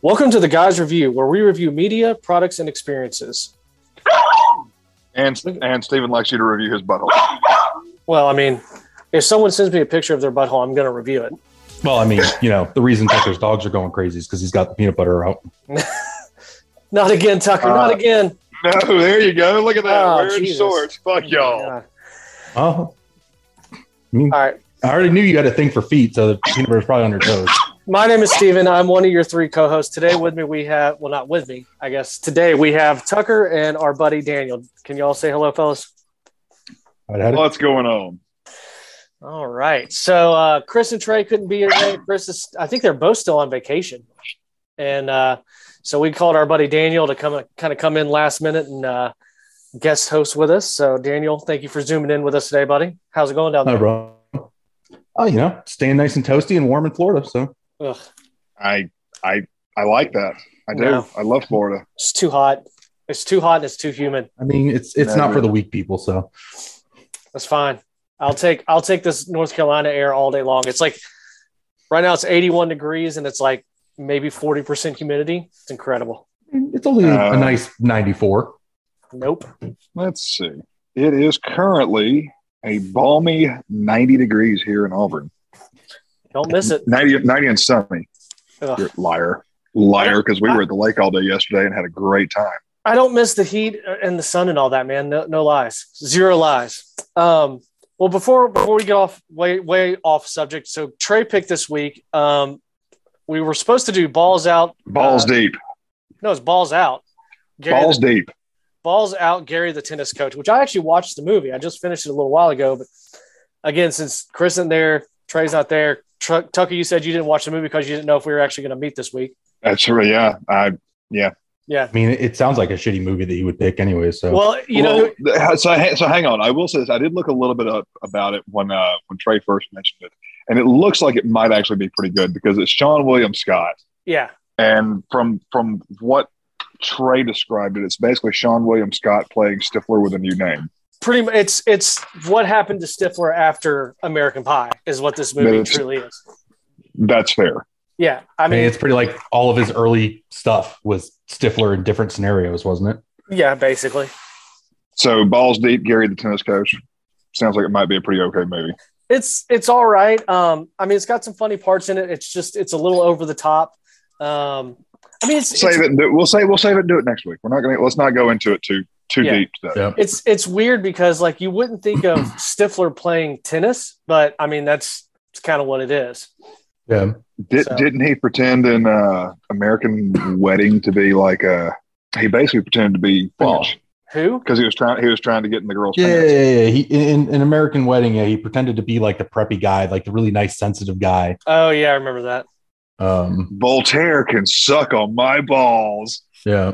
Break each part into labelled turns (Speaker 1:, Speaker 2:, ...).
Speaker 1: Welcome to the Guys Review, where we review media, products, and experiences.
Speaker 2: And and Steven likes you to review his butthole.
Speaker 1: Well, I mean, if someone sends me a picture of their butthole, I'm going to review it.
Speaker 3: Well, I mean, you know, the reason Tucker's dogs are going crazy is because he's got the peanut butter out.
Speaker 1: Not again, Tucker. not
Speaker 2: Uh,
Speaker 1: again.
Speaker 2: No, there you go. Look at that.
Speaker 1: Oh,
Speaker 2: Wearing
Speaker 1: Jesus.
Speaker 2: shorts. Fuck y'all.
Speaker 1: God.
Speaker 3: Oh,
Speaker 1: All right.
Speaker 3: I already knew you had a thing for feet, so the peanut butter's probably on your toes.
Speaker 1: My name is Steven. I'm one of your three co hosts. Today with me, we have, well, not with me, I guess. Today we have Tucker and our buddy Daniel. Can you all say hello, fellas?
Speaker 3: I'd had it.
Speaker 2: What's going on?
Speaker 1: All right. So uh, Chris and Trey couldn't be here today. Chris is, I think they're both still on vacation. And uh, so we called our buddy Daniel to come kind of come in last minute and uh, guest host with us. So Daniel, thank you for zooming in with us today, buddy. How's it going down
Speaker 3: No,
Speaker 1: there?
Speaker 3: bro. Oh, you know, staying nice and toasty and warm in Florida. So
Speaker 1: Ugh,
Speaker 2: I I I like that. I do.
Speaker 1: No.
Speaker 2: I love Florida.
Speaker 1: it's too hot. It's too hot and it's too humid.
Speaker 3: I mean, it's it's
Speaker 2: No,
Speaker 3: not for
Speaker 2: no.
Speaker 3: the weak people. So
Speaker 1: That's fine. I'll take I'll take this North Carolina air all day long. It's like right now it's 81 degrees and it's like maybe 40% humidity. It's incredible.
Speaker 3: it's only
Speaker 2: Uh,
Speaker 3: a nice ninety-four.
Speaker 1: Nope.
Speaker 2: Let's see. It is currently a balmy 90 degrees here in Auburn.
Speaker 1: Don't miss it.
Speaker 2: 90, 90 and sunny.
Speaker 1: Ugh.
Speaker 2: You're a liar. Liar, because we were at the lake all day yesterday and had a great time.
Speaker 1: I don't miss the heat and the sun and all that, man. No, no lies, zero lies. Um, well, before before we get off way way off subject, so Trey picked this week. Um, we were supposed to do balls out.
Speaker 2: Balls
Speaker 1: Uh,
Speaker 2: deep.
Speaker 1: No, it's balls out. Gary,
Speaker 2: Balls
Speaker 1: balls.
Speaker 2: deep.
Speaker 1: out. Gary the tennis coach, which I actually watched the movie. I just finished it a little while ago, but again, since Chris isn't there, Trey's not there. Tr- Tucker, you said you didn't watch the movie because you didn't know if we were actually going to meet this week.
Speaker 2: That's right. Yeah. I
Speaker 1: Yeah.
Speaker 3: I mean, it, it sounds like a shitty movie that you would pick anyway. So
Speaker 1: Well, you know,
Speaker 2: Well, th- so ha- so hang on. I will say this. I did look a little bit up about it when uh, when Trey first mentioned it, and it looks like it might actually be pretty good because it's Sean William Scott,
Speaker 1: yeah,
Speaker 2: and from from what Trey described it, it's basically Sean William Scott playing Stifler with a new name.
Speaker 1: pretty much it's it's what happened to Stifler after American Pie is what this movie
Speaker 2: Minutes.
Speaker 1: truly is.
Speaker 2: That's fair.
Speaker 1: Yeah,
Speaker 3: I
Speaker 1: I
Speaker 3: mean,
Speaker 1: mean,
Speaker 3: it's pretty like all of his early stuff was Stifler in different scenarios, wasn't it?
Speaker 1: yeah, basically,
Speaker 2: So balls deep, Gary the tennis coach. Sounds like it might be a pretty okay movie.
Speaker 1: it's it's all right. Um, I mean, it's got some funny parts in it. It's just it's a little over the top. Um, I mean, it's
Speaker 2: Save
Speaker 1: it's,
Speaker 2: it. We'll say we'll save it. And do it next week. We're not going. to Let's not go into it too too
Speaker 1: Yeah.
Speaker 2: deep today.
Speaker 3: Yep.
Speaker 1: it's it's weird because like you wouldn't think of Stifler playing tennis, but I mean that's it's kind of what it is.
Speaker 3: Yeah.
Speaker 2: Did,
Speaker 1: So-
Speaker 2: Didn't he pretend in uh, American Wedding to be like a? He basically pretended to be
Speaker 3: Well,
Speaker 2: Finnish
Speaker 1: Who?
Speaker 2: because he was trying. He was trying to get in the girl's
Speaker 3: Yeah, yeah,
Speaker 2: pants.
Speaker 3: yeah, yeah. He in, in American Wedding, yeah, he pretended to be like the preppy guy, like the really nice, sensitive guy.
Speaker 1: Oh yeah, I remember that.
Speaker 3: Um,
Speaker 2: Voltaire can suck on my balls.
Speaker 3: yeah.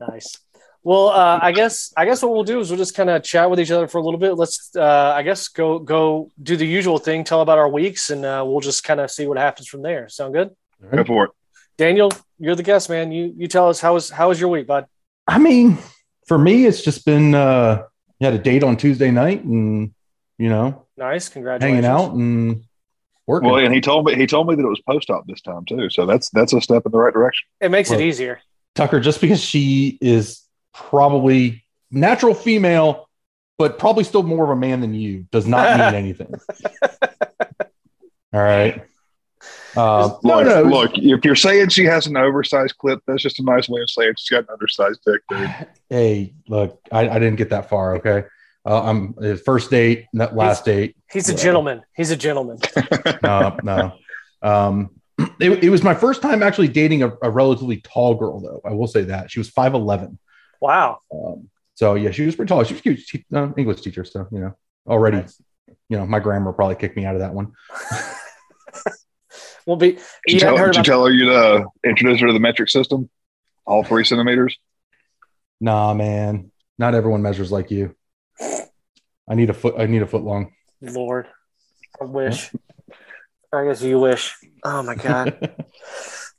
Speaker 1: Nice. Well, uh, I guess I guess what we'll do is we'll just kind of chat with each other for a little bit. Let's, uh, I guess, go go do the usual thing, tell about our weeks, and uh, we'll just kind of see what happens from there. Sound good?
Speaker 2: Go for it.
Speaker 1: Daniel, you're the guest, man. You you tell us how was how was your week, bud?
Speaker 3: I mean, for me, it's just been uh, you had a date on Tuesday night, and you know,
Speaker 1: Nice, congratulations.
Speaker 3: hanging out and working.
Speaker 2: Well, and he told me he told me that it was post op this time too. So that's that's a step in the right direction.
Speaker 1: It makes
Speaker 3: Look.
Speaker 1: it easier.
Speaker 3: Tucker, just because she is probably natural female, but probably still more of a man than you, does not mean anything. All right. Uh, no,
Speaker 2: look,
Speaker 3: no, it was-
Speaker 2: look, if you're saying she has an oversized clip, that's just a nice way of saying she's got an undersized dick. Dude.
Speaker 3: hey, look, I, I didn't get that far. Okay. Uh, I'm uh, first date, not last date.
Speaker 1: He's a
Speaker 3: Well.
Speaker 1: gentleman. He's a gentleman.
Speaker 3: No, no. Um, it, it was my first time actually dating a, a relatively tall girl, though. I will say that she was 5'11.
Speaker 1: Wow.
Speaker 3: Um, so yeah, she was pretty tall. She was cute. She, uh, English teacher. So, you know, already, you know, my grammar probably kicked me out of that one.
Speaker 1: We'll be.
Speaker 2: Did
Speaker 1: You
Speaker 2: you,
Speaker 1: haven't
Speaker 2: tell,
Speaker 1: heard
Speaker 2: did you
Speaker 1: about,
Speaker 2: tell her you'd uh, introduce her to the metric system? All three centimeters.
Speaker 3: Nah, man, not everyone measures like you. I need a foot. I need a foot long.
Speaker 1: Lord, I wish. I guess you wish. Oh my God.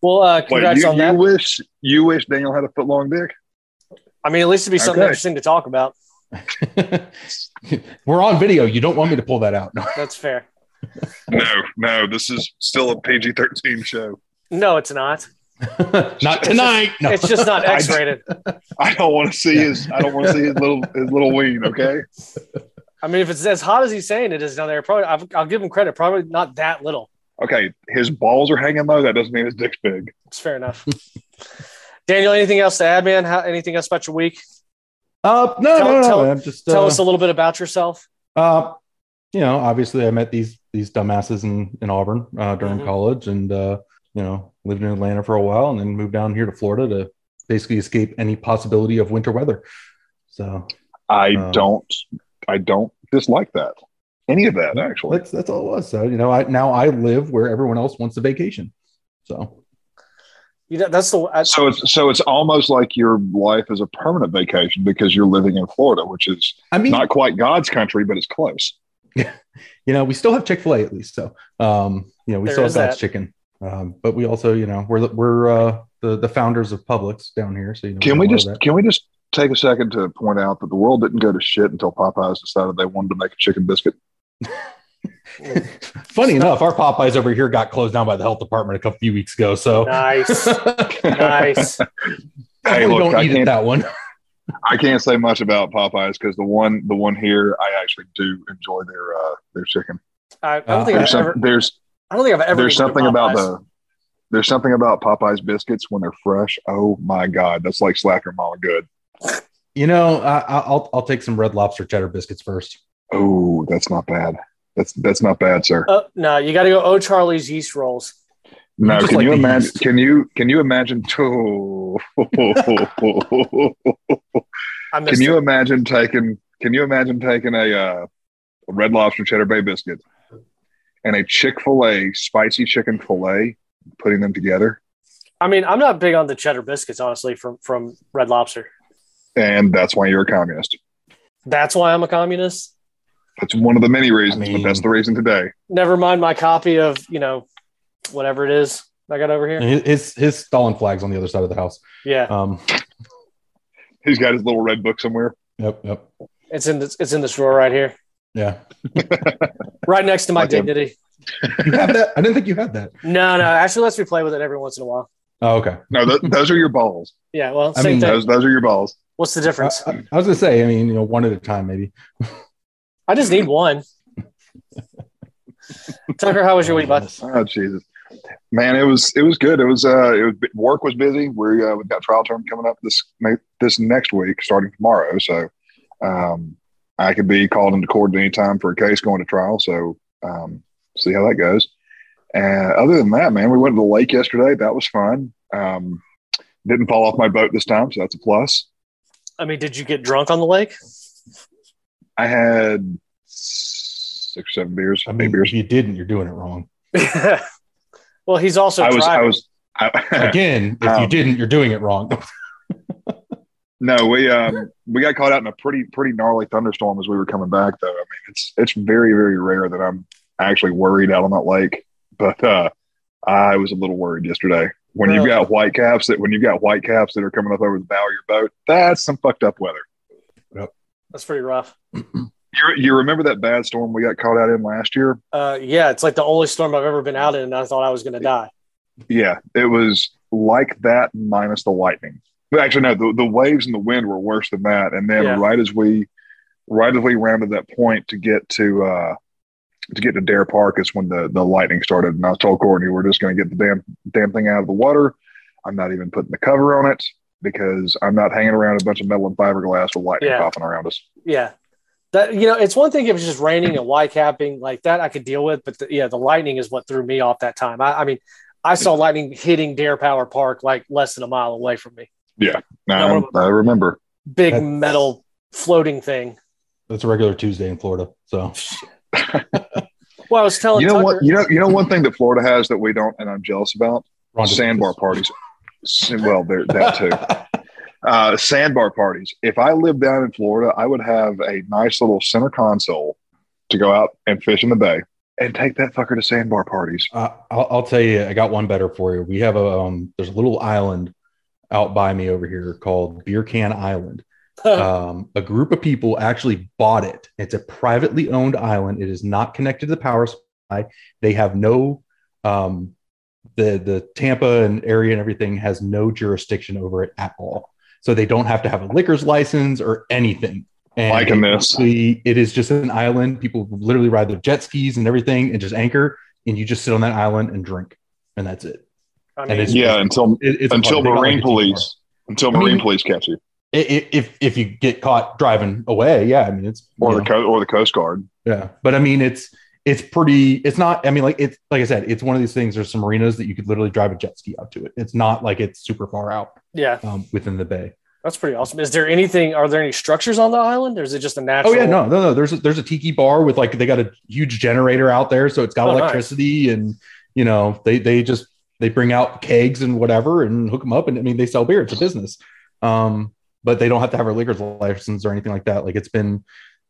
Speaker 1: well, uh,
Speaker 2: Wait,
Speaker 1: congrats
Speaker 2: you,
Speaker 1: on
Speaker 2: you
Speaker 1: that.
Speaker 2: wish you wish Daniel had a foot long dick?
Speaker 1: I mean, at least it'd be something
Speaker 2: Okay.
Speaker 1: interesting to talk about.
Speaker 3: We're on video. You don't want me to pull that out. No.
Speaker 1: That's fair.
Speaker 2: No, no, this is still a PG thirteen show.
Speaker 1: No, it's not.
Speaker 3: not tonight. No.
Speaker 1: It's just not
Speaker 2: I-
Speaker 1: X rated.
Speaker 2: I don't want to see his. I don't want to see his little his little ween. Okay.
Speaker 1: I mean, if it's as hot as he's saying it is down there, probably I've, I'll give him credit. Probably not that little.
Speaker 2: Okay. His balls are hanging low. That doesn't mean his dick's big.
Speaker 1: It's fair enough. Daniel, anything else to add, man? How, anything else about your week?
Speaker 3: Uh, no,
Speaker 1: Tell-
Speaker 3: no, no,
Speaker 1: tell-
Speaker 3: man. Just
Speaker 1: Tell
Speaker 3: uh,
Speaker 1: us a little bit about yourself.
Speaker 3: uh, you know, obviously, I met these these dumbasses in in Auburn uh, during
Speaker 1: Mhm.
Speaker 3: college, and uh, you know, lived in Atlanta for a while, and then moved down here to Florida to basically escape any possibility of winter weather. So
Speaker 2: I
Speaker 3: Oh.
Speaker 2: don't. I don't dislike that. Any of that actually.
Speaker 3: that's that's all it was. So you know, I now I live where everyone else wants a vacation. So
Speaker 1: You know, that's the I,
Speaker 2: So it's so it's almost like your life is a permanent vacation because you're living in Florida, which is
Speaker 3: I mean,
Speaker 2: not quite God's country, but it's close.
Speaker 3: you know, we still have Chick Fil A at least. So, um, you know, we
Speaker 1: There
Speaker 3: still
Speaker 1: is
Speaker 3: have God's
Speaker 1: that.
Speaker 3: chicken, um, but we also, you know, we're the- we're uh, the the founders of Publix down here. So, you know,
Speaker 2: Can
Speaker 3: have
Speaker 2: we
Speaker 3: a lot of
Speaker 2: just
Speaker 3: that.
Speaker 2: can we just take a second to point out that the world didn't go to shit until Popeyes decided they wanted to make a chicken biscuit?
Speaker 3: Funny enough, our Popeyes over here got closed down by the health department a couple few weeks ago. So,
Speaker 1: nice,
Speaker 3: definitely
Speaker 1: nice.
Speaker 2: Hey, look,
Speaker 3: don't
Speaker 2: I
Speaker 3: eat
Speaker 2: can't-
Speaker 3: at that one.
Speaker 2: I can't say much about Popeyes because the one the one here I actually do enjoy their uh, their chicken.
Speaker 1: I, I don't
Speaker 3: Uh,
Speaker 1: think I've
Speaker 2: There's, some-
Speaker 1: ever.
Speaker 2: there's
Speaker 1: I don't think I've ever.
Speaker 2: there's
Speaker 1: been to
Speaker 2: something about
Speaker 1: Popeyes.
Speaker 2: the there's something about Popeyes biscuits when they're fresh. Oh my god, that's like slacker mama good.
Speaker 3: You know, I, I- I'll I'll take some Red Lobster cheddar biscuits first.
Speaker 2: Oh, that's not bad. That's that's not bad, sir.
Speaker 1: Oh, no, you got to go. Oh, Charlie's yeast rolls.
Speaker 2: No,
Speaker 3: just
Speaker 2: can
Speaker 3: like
Speaker 2: you
Speaker 3: the
Speaker 2: imagine?
Speaker 3: yeast.
Speaker 2: Can you can you imagine? Oh,
Speaker 1: I missed
Speaker 2: can
Speaker 1: it.
Speaker 2: you imagine taking? Can you imagine taking a, uh, a red lobster cheddar bay biscuit and a Chick Fil A spicy chicken fillet, putting them together,
Speaker 1: I mean, I'm not big on the cheddar biscuits, honestly, from from Red Lobster.
Speaker 2: and that's why you're a communist.
Speaker 1: That's why I'm a communist.
Speaker 2: That's one of the many reasons,
Speaker 3: mean-
Speaker 2: but that's the reason today.
Speaker 1: Never mind my copy of you know whatever it is I got over here.
Speaker 3: And
Speaker 2: Mm.
Speaker 3: His his Stalin flag's on the other side of the house.
Speaker 1: Yeah,
Speaker 3: Um,
Speaker 2: He's got his little red book somewhere.
Speaker 3: yep, yep,
Speaker 1: it's in this, it's in this drawer right here,
Speaker 3: yeah.
Speaker 1: right next to my
Speaker 2: Like a-
Speaker 1: dignity.
Speaker 3: You have that? I didn't think you had that.
Speaker 1: No, no. Actually, lets me play with it every once in a while.
Speaker 3: Oh, okay.
Speaker 2: No, th- those are your balls.
Speaker 1: Yeah. Well,
Speaker 3: I
Speaker 1: same
Speaker 3: mean,
Speaker 1: thing.
Speaker 2: Those Uh, those are your balls.
Speaker 1: What's the
Speaker 3: I,
Speaker 1: difference?
Speaker 3: I- I was gonna say, I mean, you know, one at a time, maybe.
Speaker 1: I just need one. Tucker, how was your week, bud?
Speaker 2: Oh Jesus, man, it was it was good. It was uh, it was work was busy. We uh, we've got trial term coming up this ne- this next week, starting tomorrow. So, um, I could be called into court at any time for a case going to trial. So, um, see how that goes. And other than that, man, we went to the lake yesterday. That was fun. Um, didn't fall off my boat this time, so that's a plus.
Speaker 1: I mean, did you get drunk on the lake?
Speaker 2: I had six or seven beers,
Speaker 3: I
Speaker 2: eight
Speaker 3: mean,
Speaker 2: beers.
Speaker 3: if you didn't, you're doing it wrong.
Speaker 1: well, he's also
Speaker 2: I was, I
Speaker 1: driving.
Speaker 2: was, I,
Speaker 3: Again, if you
Speaker 2: Um,
Speaker 3: didn't, you're doing it wrong.
Speaker 2: No, we um we got caught out in a pretty pretty gnarly thunderstorm as we were coming back though. I mean it's it's very, very rare that I'm actually worried out on that lake. But uh I was a little worried yesterday. When you've
Speaker 1: Well-
Speaker 2: got white caps that when you've got white caps that are coming up over the bow of your boat, that's some fucked up weather.
Speaker 1: That's pretty rough.
Speaker 2: You you remember that bad storm we got caught out in last year?
Speaker 1: Uh, yeah, it's like the only storm I've ever been out in, and I thought I was going to die.
Speaker 2: Yeah, it was like that minus the lightning. But actually, no, the, the waves and the wind were worse than that. And then
Speaker 1: Yeah.
Speaker 2: right as we right as we rounded that point to get to uh to get to Dare Park is when the, the lightning started. And I told Courtney we're just gonna get the damn damn thing out of the water. I'm not even putting the cover on it because I'm not hanging around a bunch of metal and fiberglass with lightning
Speaker 1: Yeah.
Speaker 2: popping around us.
Speaker 1: Yeah, that you know, it's one thing if it's just raining and white capping like that, I could deal with. But the, yeah, the lightning is what threw me off that time. I, I mean, I saw lightning hitting Dare Power Park like less than a mile away from me.
Speaker 2: Now,
Speaker 1: one of
Speaker 2: I remember.
Speaker 1: Big
Speaker 3: That's-
Speaker 1: metal floating thing.
Speaker 3: That's a regular Tuesday in Florida. So
Speaker 1: Well, I was telling
Speaker 2: You know
Speaker 1: Oh, Tucker,
Speaker 2: what you know you know one thing that Florida has that we don't and I'm jealous about?
Speaker 3: Ron DeSantis.
Speaker 2: Sandbar parties. S- Well, there that too. uh, sandbar parties. If I lived down in Florida, I would have a nice little center console to go out and fish in the bay and take that fucker to sandbar parties.
Speaker 3: Uh, I'll, I'll tell you, I got one better for you. We have a um, there's a little island out by me over here called Beer Can Island. Um, a group of people actually bought it. It's a privately owned island. It is not connected to the power supply. They have no um, the the Tampa and area and everything has no jurisdiction over it at all. So they don't have to have a liquor's license or anything. And
Speaker 2: Liking this.
Speaker 3: basically, it is just an island. People literally ride their jet skis and everything, and just anchor, and you just sit on that island and drink, and that's it.
Speaker 1: I
Speaker 3: And
Speaker 1: mean,
Speaker 3: it's-
Speaker 2: Yeah, until
Speaker 3: It- it's a
Speaker 2: until
Speaker 3: party. They got, like,
Speaker 2: Marine
Speaker 3: a team bar.
Speaker 2: police until
Speaker 3: I mean-
Speaker 2: Marine police catch you
Speaker 3: I- i- if if you get caught driving away, yeah, I mean it's
Speaker 2: or
Speaker 3: you
Speaker 2: the co- or the Coast Guard.
Speaker 3: Yeah, but I mean, it's it's pretty. It's not. I mean, like it's like I said, it's one of these things. There's some marinas that you could literally drive a jet ski out to it. It's not like it's super far out
Speaker 1: yeah,
Speaker 3: um, within the bay.
Speaker 1: that's pretty awesome. Is there anything? Are there any structures on the island, or is it just a
Speaker 3: Oh
Speaker 1: natural?
Speaker 3: yeah, no, no, no. There's a, there's a tiki bar with like they got a huge generator out there, so it's got
Speaker 1: Oh, nice.
Speaker 3: electricity, and you know they they just they bring out kegs and whatever and hook them up, and I mean they sell beer. It's a business, um, but they don't have to have a liquor's license or anything like that. Like it's been.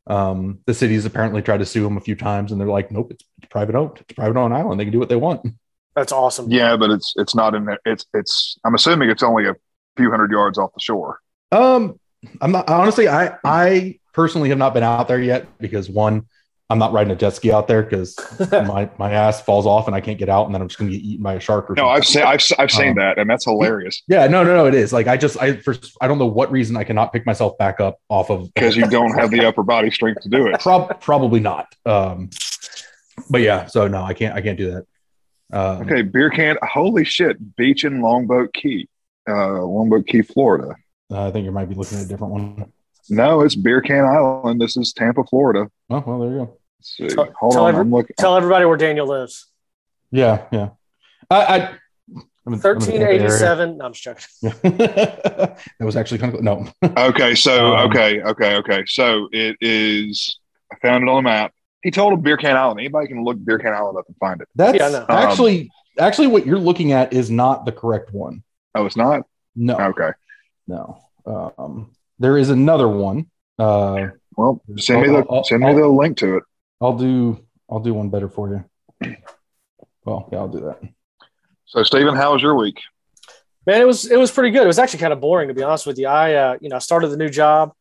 Speaker 3: Um, the city's apparently tried to sue them a few times, and they're like, "Nope, it's, it's private owned. It's a private owned island. They can do what they want."
Speaker 1: that's awesome.
Speaker 2: Yeah, but it's it's not in there. It's it's. I'm assuming it's only a few hundred yards off the shore.
Speaker 3: Um, I'm not honestly. I I personally have not been out there yet because one, I'm not riding a jet ski out there because my my ass falls off and I can't get out, and then I'm just gonna get eaten by a shark. Or
Speaker 2: No,
Speaker 3: something.
Speaker 2: I've seen I've, I've seen
Speaker 3: Um,
Speaker 2: that, and that's hilarious
Speaker 3: yeah, no, no, no. It is like I just I for I don't know what reason I cannot pick myself back up off of.
Speaker 2: because you don't have the upper body strength to do it.
Speaker 3: Prob- probably not. Um, but yeah, so no, I can't. I can't do that. Um,
Speaker 2: Okay, beer can. Holy shit, beach in Longboat Key, uh, Longboat Key, Florida.
Speaker 3: I think you might be looking at a different one.
Speaker 2: No, it's Beer Can Island. This is Tampa, Florida.
Speaker 3: Oh well, there you go.
Speaker 2: Let's see.
Speaker 1: Tell-
Speaker 2: Hold
Speaker 1: tell
Speaker 2: on,
Speaker 1: every-
Speaker 2: I'm looking.
Speaker 1: Tell everybody where Daniel lives.
Speaker 3: Yeah, yeah. I, I I'm in- I'm in the Tampa area.
Speaker 1: Thirteen eighty-seven. No, I'm just joking.
Speaker 3: that was actually kind of no.
Speaker 2: Okay, so
Speaker 3: Um,
Speaker 2: okay, okay, okay. So it is. I found it on the map. He told him Beer Can Island. Anybody can look Beer Can Island up and find it.
Speaker 3: That's
Speaker 1: Yeah, I know.
Speaker 3: actually actually what you're looking at is not the correct one.
Speaker 2: Oh, it's not.
Speaker 3: No,
Speaker 2: Okay.
Speaker 3: no. Um, there is another one. Uh,
Speaker 2: Well, send me the
Speaker 3: I'll- I'll-
Speaker 2: send me the link to it.
Speaker 3: I'll do I'll do one better for you. Well, yeah, I'll do that.
Speaker 2: So, Stephen, how was your week?
Speaker 1: Man, it was it was pretty good. It was actually kind of boring to be honest with you. I uh, you know I started the new job,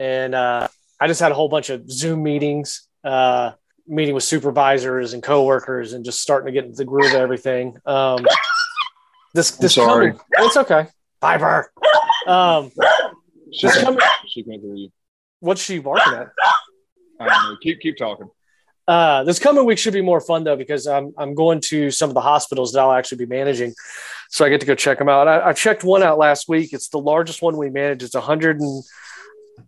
Speaker 1: and uh, I just had a whole bunch of Zoom meetings, uh, meeting with supervisors and coworkers, and just starting to get into the groove of everything. Um, this this
Speaker 2: sorry.
Speaker 1: coming- it's okay. Fiber. Um,
Speaker 2: She
Speaker 1: this coming,
Speaker 2: she can't hear you.
Speaker 1: what's she barking at?
Speaker 2: I don't know. Keep keep talking.
Speaker 1: Uh, this coming week should be more fun though because I'm I'm going to some of the hospitals that I'll actually be managing, so I get to go check them out. I, I checked one out last week. It's the largest one we manage. It's 100 and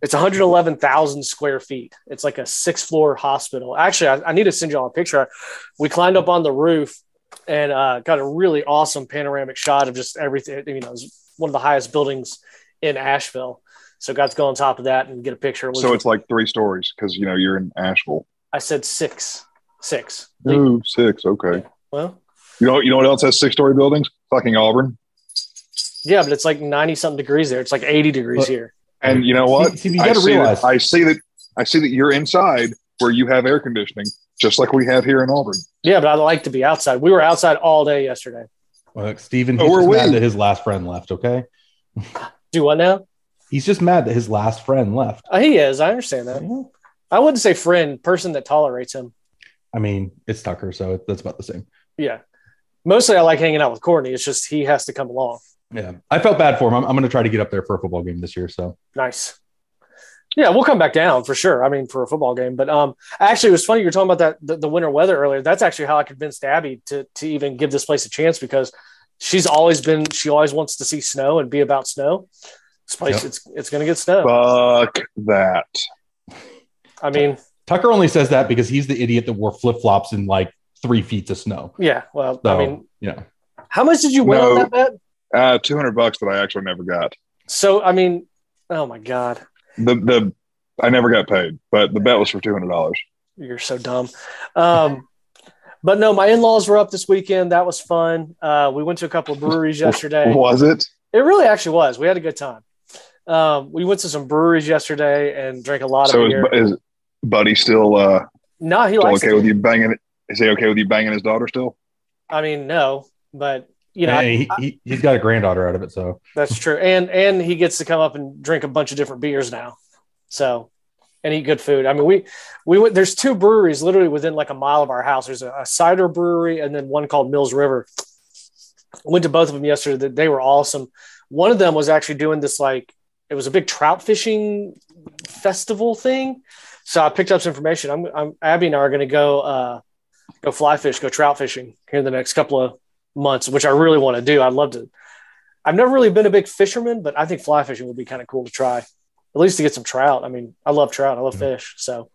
Speaker 1: it's 111,000 square feet. It's like a six floor hospital. Actually, I, I need to send y'all a picture. We climbed up on the roof and uh, got a really awesome panoramic shot of just everything. You know, it's one of the highest buildings in Asheville. So got to go on top of that and get a picture. It was-
Speaker 2: So it's like three stories because you know you're in Asheville.
Speaker 1: I said six, six.
Speaker 2: Ooh, six. Okay.
Speaker 1: Well.
Speaker 2: You know you know what else has six story buildings? Fucking Auburn.
Speaker 1: Yeah, but it's like 90 something degrees there. It's like 80 degrees
Speaker 3: But-
Speaker 1: here.
Speaker 2: And you know what?
Speaker 3: See, see, you
Speaker 2: I
Speaker 3: got to
Speaker 2: see
Speaker 3: realize.
Speaker 2: That, I see that. I see that you're inside where you have air conditioning, just like we have here in Auburn.
Speaker 1: Yeah, but I like to be outside. We were outside all day yesterday.
Speaker 3: Look, Steven,
Speaker 2: Oh,
Speaker 3: he's
Speaker 2: we're
Speaker 3: just mad
Speaker 2: winning.
Speaker 3: that his last friend left. Okay,
Speaker 1: Do what now?
Speaker 3: he's just mad that his last friend left.
Speaker 1: Uh, he is. I understand that. I wouldn't say friend, person that tolerates him.
Speaker 3: I mean, it's Tucker, so that's about the same.
Speaker 1: Yeah. Mostly I like hanging out with Courtney. It's just he has to come along.
Speaker 3: Yeah, I felt bad for him. I'm, I'm going to try to get up there for a football game this year. So
Speaker 1: Nice. Yeah, we'll come back down for sure. I mean, for a football game. But um, actually, it was funny you were talking about that the, the winter weather earlier. That's actually how I convinced Abby to to even give this place a chance because she's always been she always wants to see snow and be about snow. This place,
Speaker 3: Yep.
Speaker 1: it's it's gonna get snow.
Speaker 2: Fuck that.
Speaker 1: I mean,
Speaker 3: Tucker only says that because he's the idiot that wore flip flops in like three feet of snow.
Speaker 1: yeah. Well,
Speaker 3: So,
Speaker 1: I mean,
Speaker 3: you know,
Speaker 1: how much did you win on
Speaker 2: No.
Speaker 1: that bet?
Speaker 2: Uh, Two hundred bucks that I actually never got.
Speaker 1: So, I mean, oh my god,
Speaker 2: The the I never got paid, but the bet was for two hundred dollars.
Speaker 1: you're so dumb. Um, but no, my in-laws were up this weekend. That was fun. Uh, we went to a couple of breweries yesterday.
Speaker 2: Was it?
Speaker 1: It really actually was. We had a good time. Um, we went to some breweries yesterday and drank a lot
Speaker 2: So
Speaker 1: of
Speaker 2: is,
Speaker 1: beer.
Speaker 2: is Buddy still uh
Speaker 1: No, he
Speaker 2: still
Speaker 1: likes
Speaker 2: okay
Speaker 1: it.
Speaker 2: with you banging? Is he okay with you banging his daughter still?
Speaker 1: I mean, no, but you know,
Speaker 3: and he, he, he's got a granddaughter out of it. So
Speaker 1: That's true. And and he gets to come up and drink a bunch of different beers now. So and eat good food. I mean, we we went there's two breweries literally within like a mile of our house. There's a, a cider brewery and then one called Mills River. went to both of them yesterday. They were awesome. One of them was actually doing this like it was a big trout fishing festival thing. So I picked up some information. I'm, I'm Abby and I are going to go uh, go fly fish, go trout fishing here in the next couple of months, which I really want to do. I'd love to. I've never really been a big fisherman, but I think fly fishing would be kind of cool to try, at least to get some trout. I mean, I love trout. I love
Speaker 3: Yeah.
Speaker 1: fish. So,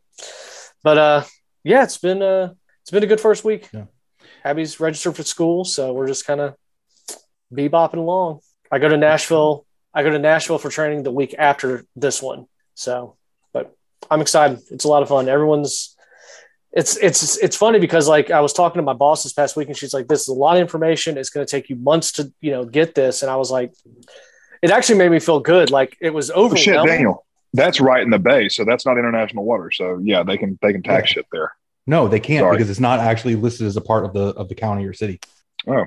Speaker 1: but uh, yeah, it's been uh, it's been a good first week.
Speaker 3: Yeah.
Speaker 1: Abby's registered for school, so we're just kind of bebopping along. I go to Nashville. I go to Nashville for training the week after this one. So, but I'm excited. It's a lot of fun. Everyone's it's it's it's funny because like I was talking to my boss this past week and she's like, "This is a lot of information. It's going to take you months to you know get this." And I was like, "It actually made me feel good. Like it was
Speaker 2: Oh, shit,
Speaker 1: overwhelming."
Speaker 2: Daniel. That's right in the bay, so that's not international water. So yeah, they can they can tax shit there.
Speaker 3: No, they can't
Speaker 2: Sorry.
Speaker 3: because it's not actually listed as a part of the of the county or city.
Speaker 2: Oh.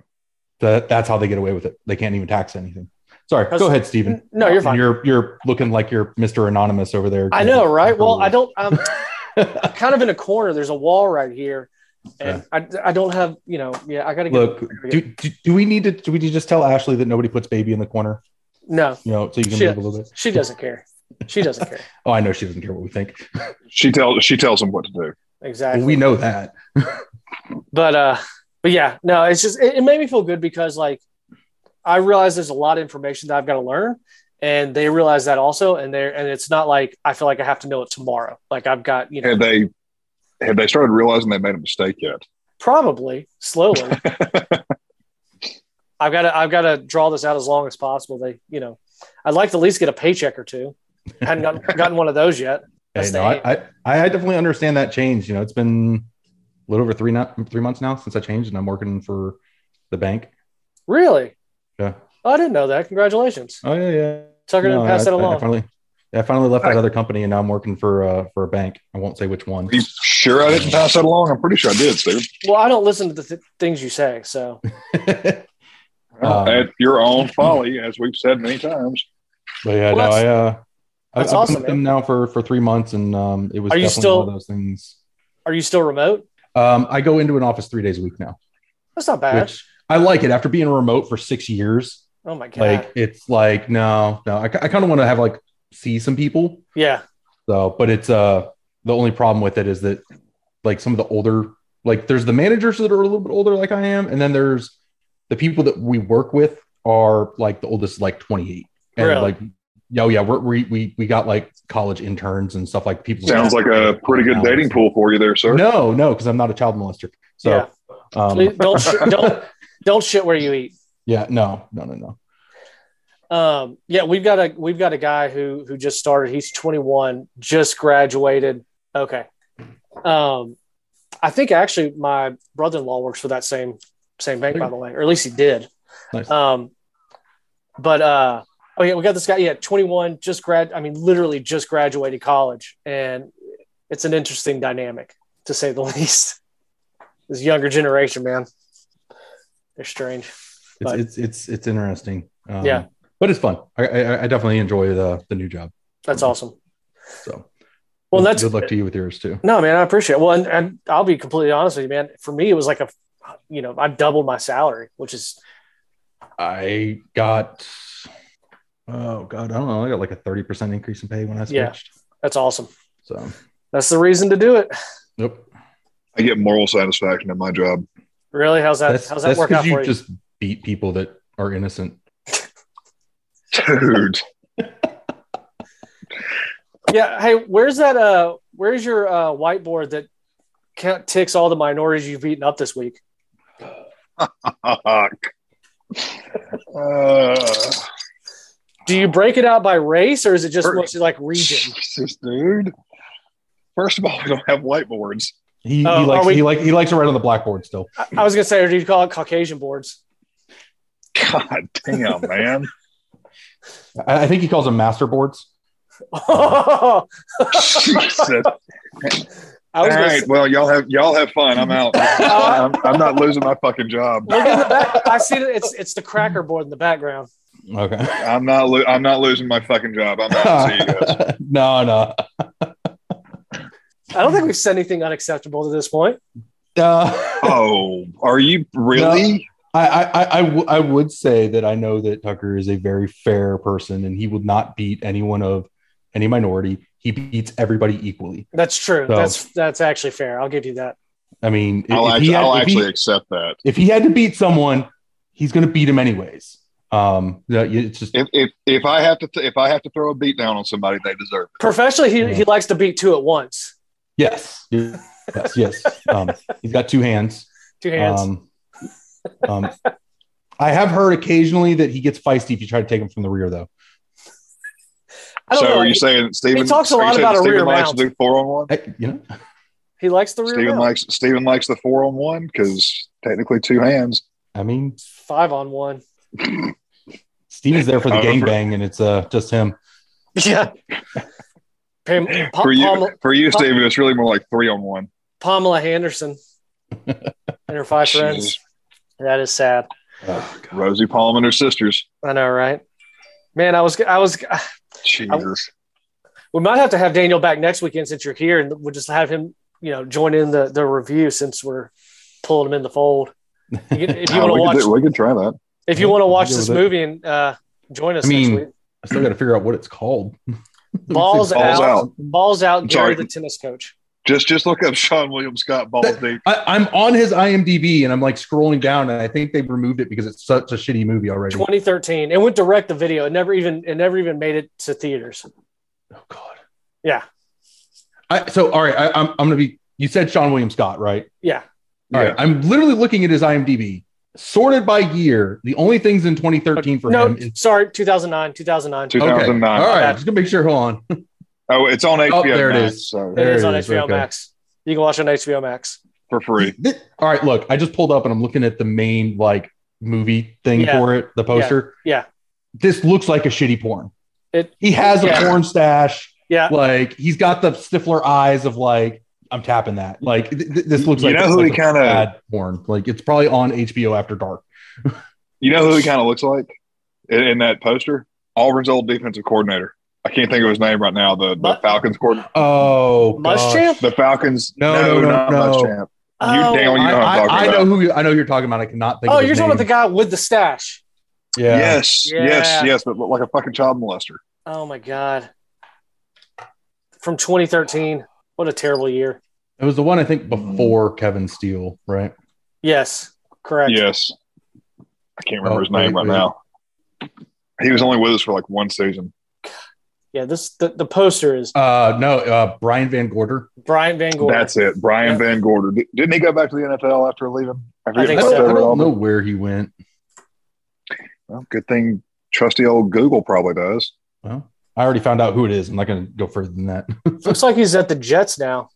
Speaker 3: That- that's how they get away with it. They can't even tax anything. Sorry,
Speaker 1: Because-
Speaker 3: go ahead, Stephen.
Speaker 1: no, you're fine.
Speaker 3: You're you're looking like you're Mr. Anonymous over there.
Speaker 1: I know, right? Well, I don't. I'm kind of in a corner. There's a wall right here, and I, I don't have you know. Yeah, I got to get.
Speaker 3: Look, do, do, do we need to do we need to just tell Ashley that nobody puts baby in the corner?
Speaker 1: no,
Speaker 3: You know, so you can
Speaker 1: She-
Speaker 3: move a little bit.
Speaker 1: she doesn't care. She doesn't care.
Speaker 3: Oh, I know she doesn't care what we think.
Speaker 2: She tells she tells them what to do.
Speaker 1: Exactly.
Speaker 3: we know that.
Speaker 1: but uh but yeah no it's just it, it made me feel good because like i realize there's a lot of information that i've got to learn and they realize that also and they're and it's not like i feel like i have to know it tomorrow like i've got you know
Speaker 2: Have they have they started realizing they made a mistake yet?
Speaker 1: probably slowly i've got to i've got to draw this out as long as possible they you know i'd like to at least get a paycheck or two I hadn't gotten, gotten one of those yet
Speaker 3: Hey,
Speaker 1: That's
Speaker 3: no,
Speaker 1: the
Speaker 3: I, I I definitely understand that change. You know, it's been a little over three not three months now since I changed, and I'm working for the bank.
Speaker 1: really
Speaker 3: Yeah.
Speaker 1: oh, i didn't know that congratulations
Speaker 3: Oh yeah, yeah.
Speaker 1: tucker didn't
Speaker 3: No,
Speaker 1: pass
Speaker 3: I-
Speaker 1: that
Speaker 3: I- I
Speaker 1: along
Speaker 3: finally, I finally left
Speaker 2: Right.
Speaker 3: that other company, and now I'm working for uh, for a bank. I won't say which one.
Speaker 2: Are you sure I didn't pass that along? I'm pretty sure I did, Steve.
Speaker 1: well i don't listen to the th- things you say so
Speaker 3: but Um,
Speaker 2: At your own folly, as we've said many times.
Speaker 1: Well,
Speaker 3: yeah, no,
Speaker 1: that's-
Speaker 3: I uh, I-
Speaker 1: that's
Speaker 3: I've
Speaker 1: awesome,
Speaker 3: been with them now for for three months, and um, it was
Speaker 1: Are you
Speaker 3: definitely
Speaker 1: still-
Speaker 3: one of those things.
Speaker 1: are you still remote
Speaker 3: Um, I go into an office three days a week now,
Speaker 1: that's not bad
Speaker 3: which I like it. After being remote for six years,
Speaker 1: Oh my god!
Speaker 3: like it's like no, no, I, ki- I kind of want to have like see some people,
Speaker 1: yeah,
Speaker 3: So, but it's uh the only problem with it is that like some of the older like there's the managers that are a little bit older like I am, and then there's the people that we work with are like the oldest is, like 28 and
Speaker 1: Really?
Speaker 3: like yo yeah we're, we we we got like college interns and stuff like people
Speaker 2: Sounds like a pretty good dating pool for you there, sir.
Speaker 3: No, no, because I'm not a child molester. So
Speaker 1: Please
Speaker 3: um,
Speaker 1: don't sh- don't don't shit where you eat.
Speaker 3: yeah, no, no, no, no.
Speaker 1: Um, yeah, we've got a we've got a guy who who just started. He's 21, just graduated. Okay, um, I think actually my brother in law works for that same same bank, by the way, or at least he did.
Speaker 3: Nice.
Speaker 1: Um, but uh, oh yeah, we got this guy. Yeah, 21, just grad. I mean, literally just graduated college, and it's an interesting dynamic to say the least. This younger generation, man, they're strange.
Speaker 3: It's
Speaker 1: But-
Speaker 3: it's it's it's interesting. Um,
Speaker 1: Yeah.
Speaker 3: but it's fun. I, I I definitely enjoy the the new job.
Speaker 1: That's awesome.
Speaker 3: So
Speaker 1: Well,
Speaker 3: good-
Speaker 1: that's
Speaker 3: good luck to you with yours too.
Speaker 1: No, man, I appreciate it. Well, and, and I'll be completely honest with you, man. For me, it was like a, you know, I doubled my salary, which is
Speaker 3: I got oh god, I don't know. I got like a thirty percent increase in pay when I switched.
Speaker 1: Yeah. that's awesome.
Speaker 3: So
Speaker 1: That's the reason to do it.
Speaker 3: nope.
Speaker 2: I get moral satisfaction in my job.
Speaker 1: Really? How's that?
Speaker 3: That's
Speaker 1: how's
Speaker 3: that's
Speaker 1: that work
Speaker 3: because
Speaker 1: out
Speaker 3: you,
Speaker 1: for you?
Speaker 3: just beat people that are innocent.
Speaker 2: Dude.
Speaker 1: yeah. Hey, where's that? Uh, where's your uh, whiteboard that ca- ticks all the minorities you've beaten up this week?
Speaker 2: Fuck. Uh,
Speaker 1: Do you break it out by race, or is it just
Speaker 2: Sure.
Speaker 1: mostly like region?
Speaker 2: Jesus, dude. First of all, we don't have whiteboards.
Speaker 3: He,
Speaker 1: Oh,
Speaker 3: he
Speaker 1: are
Speaker 3: likes
Speaker 1: we-
Speaker 3: he like he likes to write on the blackboard still.
Speaker 1: I, I was gonna say, or do you call it Caucasian boards?
Speaker 2: God damn, man.
Speaker 3: I, I think he calls them master boards.
Speaker 1: I
Speaker 2: Jesus. All
Speaker 1: was gonna
Speaker 2: right.
Speaker 1: say-
Speaker 2: Well, y'all have y'all have fun. I'm out. I'm, I'm not losing my fucking job.
Speaker 1: look in the back. I see that it's it's the cracker board in the background.
Speaker 3: Okay.
Speaker 2: I'm not. Lo- I'm not losing my fucking job. I'm out. See you guys.
Speaker 3: no, no. Uh,
Speaker 1: I don't think we've said anything unacceptable to this point.
Speaker 3: Uh,
Speaker 2: Oh, are you Oh, really?
Speaker 3: I, I, I, I, w- I would say that I know that Tucker is a very fair person and he would not beat anyone of any minority. He beats everybody equally.
Speaker 1: That's true.
Speaker 3: So-
Speaker 1: that's that's actually fair. I'll give you that.
Speaker 3: I mean,
Speaker 2: I'll,
Speaker 3: if
Speaker 2: act-
Speaker 3: he had-
Speaker 2: I'll
Speaker 3: if he-
Speaker 2: actually accept that.
Speaker 3: if he had to beat someone, he's going to beat him anyways. Um, yeah, you- it's just
Speaker 2: If, if if I have to th- if I have to throw a beat down on somebody, they deserve it.
Speaker 1: Professionally, he,
Speaker 3: Yeah.
Speaker 1: he likes to beat two at once.
Speaker 3: yes, yes, yes. Um, he's got two hands.
Speaker 1: Two hands.
Speaker 3: Um, um, I have heard occasionally that he gets feisty if you try to take him from the rear, though.
Speaker 1: I don't
Speaker 2: So
Speaker 1: know.
Speaker 2: are you saying Steven?
Speaker 1: talks a
Speaker 2: are you
Speaker 1: lot
Speaker 2: saying
Speaker 1: about a
Speaker 2: Steven
Speaker 1: rear
Speaker 2: likes
Speaker 1: mount.
Speaker 2: to do four on one.
Speaker 3: Hey, you know,
Speaker 1: he likes the rear
Speaker 2: Steven
Speaker 1: round.
Speaker 2: likes Steven likes the four on one because technically two hands.
Speaker 3: I mean,
Speaker 1: five on one.
Speaker 3: Steven's there for the
Speaker 2: I don't-
Speaker 3: gangbang, and it's uh, just him.
Speaker 1: Yeah. Pam, pa-
Speaker 2: for you,
Speaker 1: Pamela,
Speaker 2: for you,
Speaker 1: Pom-
Speaker 2: Steven, it's really more like three on one.
Speaker 1: Pamela Henderson and her five
Speaker 2: Jesus.
Speaker 1: friends. That is sad.
Speaker 3: Oh, God.
Speaker 2: Rosie Palm and her sisters.
Speaker 1: I know, right? Man, I was, I was,
Speaker 2: Jesus.
Speaker 1: we might have to have Daniel back next weekend since you're here, and we'll just have him, you know, join in the the review since we're pulling him in the fold. You can- if you
Speaker 2: Uh, we,
Speaker 1: want
Speaker 2: could
Speaker 1: to
Speaker 2: do-
Speaker 1: watch,
Speaker 2: we could try that.
Speaker 1: if you want to
Speaker 3: I'll
Speaker 1: watch
Speaker 3: deal
Speaker 1: this
Speaker 3: with it.
Speaker 1: movie and uh, join us
Speaker 3: I mean,
Speaker 1: next week,
Speaker 3: I still got to figure out what it's called.
Speaker 1: Balls
Speaker 2: Balls
Speaker 1: out.
Speaker 2: out.
Speaker 1: balls out, Gary
Speaker 2: sorry.
Speaker 1: the tennis coach.
Speaker 2: Just just look up Sean William Scott Ball Deep.
Speaker 3: I, I'm on his IMDb, and I'm like scrolling down, and I think they've removed it because it's such a shitty movie already.
Speaker 1: 2013. It went direct to video. It never even it never even made it to theaters.
Speaker 3: Oh God.
Speaker 1: Yeah.
Speaker 3: I, so all right, I, I'm I'm gonna be. You said Sean William Scott, right?
Speaker 1: Yeah.
Speaker 3: All right,
Speaker 2: Yeah.
Speaker 3: I'm literally looking at his IMDb, sorted by year. The only things in 2013 for
Speaker 1: no,
Speaker 3: him is
Speaker 1: sorry, 2009, 2009.
Speaker 2: Two- 2009.
Speaker 3: All right,
Speaker 1: Okay.
Speaker 3: just gonna make sure. Hold on.
Speaker 2: Oh, it's on HBO.
Speaker 3: there it
Speaker 2: Max,
Speaker 3: is.
Speaker 2: So
Speaker 1: it is on
Speaker 3: There it is,
Speaker 1: HBO
Speaker 3: okay.
Speaker 1: Max. You can watch it on HBO Max.
Speaker 2: for free.
Speaker 3: Th- All right, look, I just pulled up and I'm looking at the main like movie thing
Speaker 1: Yeah.
Speaker 3: for it, the poster.
Speaker 1: yeah.
Speaker 3: This looks like a shitty porn.
Speaker 1: It-
Speaker 3: he has a
Speaker 2: Yeah.
Speaker 3: porn stash.
Speaker 1: Yeah.
Speaker 3: Like he's got the stifler eyes of like I'm tapping that. Like th- th- this looks
Speaker 2: You
Speaker 3: like
Speaker 2: know who
Speaker 3: like
Speaker 2: he
Speaker 3: a
Speaker 2: kinda-
Speaker 3: bad porn. Like it's probably on HBO after dark.
Speaker 2: You know who he kind of looks like in, in that poster? Auburn's old defensive coordinator. I can't think of his name right now. The, the
Speaker 1: But-
Speaker 2: Falcons coordinator.
Speaker 3: Oh, gosh.
Speaker 1: Muschamp?
Speaker 2: The Falcons.
Speaker 3: No, no, no,
Speaker 2: not
Speaker 3: no.
Speaker 2: Muschamp.
Speaker 1: Oh,
Speaker 2: You, Daniel, you know what
Speaker 3: I,
Speaker 2: I'm talking
Speaker 3: I- I
Speaker 2: about.
Speaker 3: know who you, I know who you're talking about. I cannot think.
Speaker 1: oh,
Speaker 3: of his
Speaker 1: you're talking about the
Speaker 3: name.
Speaker 1: guy with the stash.
Speaker 3: Yeah.
Speaker 2: Yes,
Speaker 1: Yeah.
Speaker 2: yes, yes, but look like a fucking child molester.
Speaker 1: Oh my god. From 2013. What a terrible year.
Speaker 3: it was the one I think before Kevin Steele, right?
Speaker 1: Yes, correct.
Speaker 2: Yes. I can't remember
Speaker 3: Oh,
Speaker 2: his name
Speaker 3: wait,
Speaker 2: right
Speaker 3: wait.
Speaker 2: now. He was only with us for like one season.
Speaker 1: Yeah, this the, the poster is
Speaker 3: Uh, no, uh, Brian Van Gorder.
Speaker 1: Brian Van Gogh.
Speaker 2: That's it. Brian Van Gorder. Di- Didn't he go back to the NFL after leaving?
Speaker 1: I
Speaker 3: I
Speaker 1: think
Speaker 2: forget
Speaker 1: so.
Speaker 2: if
Speaker 3: don't, I
Speaker 2: they were all-
Speaker 3: don't know where he went.
Speaker 2: Well, good thing trusty old Google probably does.
Speaker 3: Well, I already found out who it is. I'm not going to go further than that.
Speaker 1: Looks like he's at the Jets now.